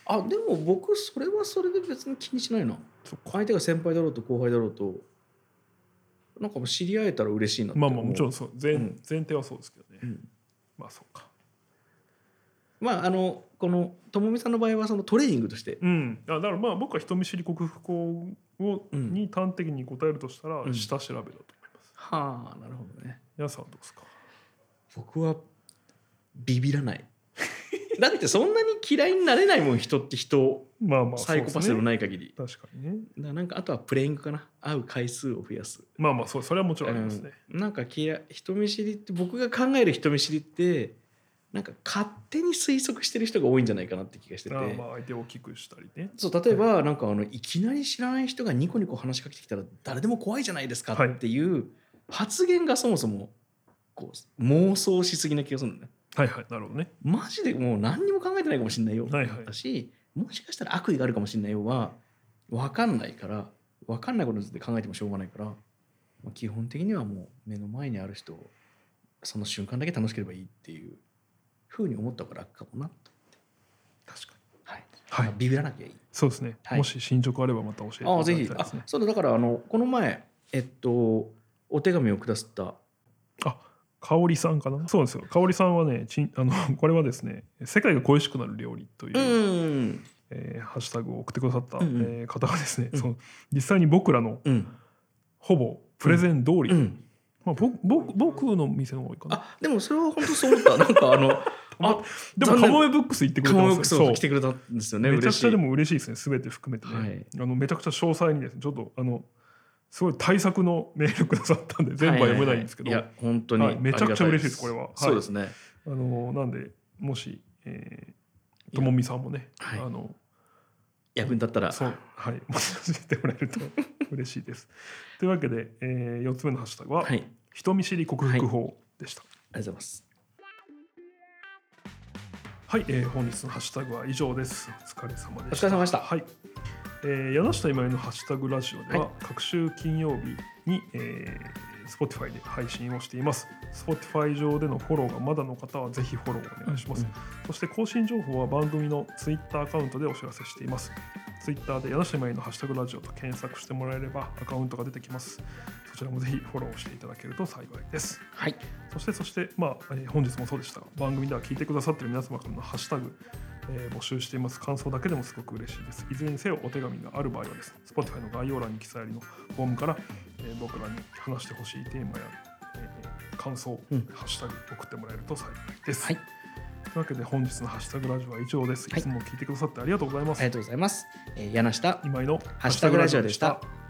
[SPEAKER 1] あでも僕それはそれで別に気にしないな
[SPEAKER 2] そっか
[SPEAKER 1] 相手が先輩だろうと後輩だろうとなんかもう知り合えたら嬉しいなって
[SPEAKER 2] まあ
[SPEAKER 1] 思う
[SPEAKER 2] まあもちろんそう前,、
[SPEAKER 1] うん
[SPEAKER 2] 前提はそうですけどね、
[SPEAKER 1] うん
[SPEAKER 2] まあそうか
[SPEAKER 1] まああのこのともみさんの場合はそのトレーニングとして
[SPEAKER 2] うんあだからまあ僕は人見知り克服法を、
[SPEAKER 1] うん
[SPEAKER 2] に端的に答えるとしたら
[SPEAKER 1] うん
[SPEAKER 2] 下調べだと思います
[SPEAKER 1] はあなるほどね
[SPEAKER 2] 皆さんはどうですか
[SPEAKER 1] 僕はビビらない [laughs] だってそんなに嫌いになれないもん人って人を
[SPEAKER 2] まあまあ
[SPEAKER 1] サイコパス
[SPEAKER 2] そ
[SPEAKER 1] で
[SPEAKER 2] う
[SPEAKER 1] も
[SPEAKER 2] です
[SPEAKER 1] ない限り
[SPEAKER 2] ね確かにね
[SPEAKER 1] だからなんかあとはプレイングかな会う回数を増やす
[SPEAKER 2] まあまあそうそれはもちろんありますね、
[SPEAKER 1] うんなんか嫌い人見知りって僕が考える人見知りってなんか勝手に推測してる人が多いんじゃないかなって気がしてて
[SPEAKER 2] ああまあ相手を大きくしたりね
[SPEAKER 1] そう例えばなんかあのいきなり知らない人がニコニコ話しかけてきたら誰でも怖いじゃないですか
[SPEAKER 2] はい
[SPEAKER 1] っていう発言がそもそもこう妄想しすぎな気がするんだね
[SPEAKER 2] はいはいなるほどね
[SPEAKER 1] マジでもう何にも考えてないかもしれないよ
[SPEAKER 2] はいはい
[SPEAKER 1] だしもしかしたら悪意があるかもしれないよは分かんないから分かんないことについて考えてもしょうがないから、まあ、基本的にはもう目の前にある人をその瞬間だけ楽しければいいっていうふうに思った方が楽かもなと、
[SPEAKER 2] 確かに
[SPEAKER 1] はい
[SPEAKER 2] はい
[SPEAKER 1] まあビビらなきゃいい。
[SPEAKER 2] そうですね、
[SPEAKER 1] はい
[SPEAKER 2] もし進捗あればまた教えていた
[SPEAKER 1] あ
[SPEAKER 2] だきた
[SPEAKER 1] ぜ
[SPEAKER 2] いで
[SPEAKER 1] ひ
[SPEAKER 2] すね
[SPEAKER 1] あそうだだからあのこの前えっとお手紙をくださった
[SPEAKER 2] 香織さんかなそうですよ香織さんはねちん [laughs] あのこれはですね「世界が恋しくなる料理」という、
[SPEAKER 1] ん
[SPEAKER 2] えーハッシュタグを送ってくださった、
[SPEAKER 1] うんうん
[SPEAKER 2] えー方がですね、
[SPEAKER 1] うん
[SPEAKER 2] その実際に僕らの
[SPEAKER 1] うん
[SPEAKER 2] ほぼプレゼン通り、
[SPEAKER 1] うん
[SPEAKER 2] まあ、ぼぼ僕の店の方がいいかな
[SPEAKER 1] あでもそれは本当そう思ったなんかあのあ
[SPEAKER 2] で
[SPEAKER 1] 残
[SPEAKER 2] もカ
[SPEAKER 1] 念
[SPEAKER 2] モメブックス行ってくれ
[SPEAKER 1] カ
[SPEAKER 2] て
[SPEAKER 1] モ
[SPEAKER 2] ま
[SPEAKER 1] ヨク
[SPEAKER 2] す
[SPEAKER 1] ソ
[SPEAKER 2] そう
[SPEAKER 1] が来てくれたんですよね
[SPEAKER 2] めちゃ
[SPEAKER 1] 嬉
[SPEAKER 2] く
[SPEAKER 1] し
[SPEAKER 2] ちゃ
[SPEAKER 1] い
[SPEAKER 2] でも嬉しいですね全て含めてね、
[SPEAKER 1] はい
[SPEAKER 2] あのめちゃくちゃ詳細にですねちょっとあのすごい対策のメールくださったんで全部は読めないんですけど、
[SPEAKER 1] はいはいはいいや本当に、
[SPEAKER 2] はいめちゃくちゃ嬉しいですこれははい
[SPEAKER 1] そうですね。
[SPEAKER 2] あのなんでもし、えーともみさんもね、
[SPEAKER 1] はい
[SPEAKER 2] あの
[SPEAKER 1] 役に立ったら、
[SPEAKER 2] そう、はい、もし教えてもらえ
[SPEAKER 1] [laughs]
[SPEAKER 2] ると嬉しいです。というわけで、えー、4つ目のハッシュタグは、
[SPEAKER 1] はい、ありがと
[SPEAKER 2] 人見知り克服法でした。
[SPEAKER 1] うございます。
[SPEAKER 2] はい、えー本日のハッシュタグは以上です。お疲れ様でした。
[SPEAKER 1] お疲れ様でした
[SPEAKER 2] はい。えー、柳下今井のハッシュタグラジオでは、
[SPEAKER 1] は
[SPEAKER 2] 各週金曜日に、えー、Spotify で配信をしています。Spotify 上でのフォローがまだの方はぜひフォローお願いしま
[SPEAKER 1] う
[SPEAKER 2] す。
[SPEAKER 1] ん
[SPEAKER 2] そして更新情報は番組の Twitter アカウントでお知らせしています。Twitter で柳下今井のハッシュタグラジオと検索してもらえればアカウントが出てきます。そちらもぜひフォローしていただけると幸いです。
[SPEAKER 1] はい、
[SPEAKER 2] そしてそして、まあえー本日もそうでしたが番組では聞いてくださっている皆様からのハッシュタグ、えー募集しています感想だけでもすごく嬉しいですいずれにせよお手紙がある場合はですね Spotify の概要欄に記載ありのフォームから、えー僕らに話してほしいテーマや、えー感想、
[SPEAKER 1] うん
[SPEAKER 2] ハッシュタグ送ってもらえると幸いです、
[SPEAKER 1] はい
[SPEAKER 2] というわけで本日の「ハッシュタグラジオ」は以上です、
[SPEAKER 1] はい
[SPEAKER 2] い、つも聞いてくださってありがとうございま
[SPEAKER 1] あ
[SPEAKER 2] す、
[SPEAKER 1] りがとうございます。えー、柳下、
[SPEAKER 2] 今井の
[SPEAKER 1] ハッシュタグラジオでした
[SPEAKER 2] ハッシュタグラジオでした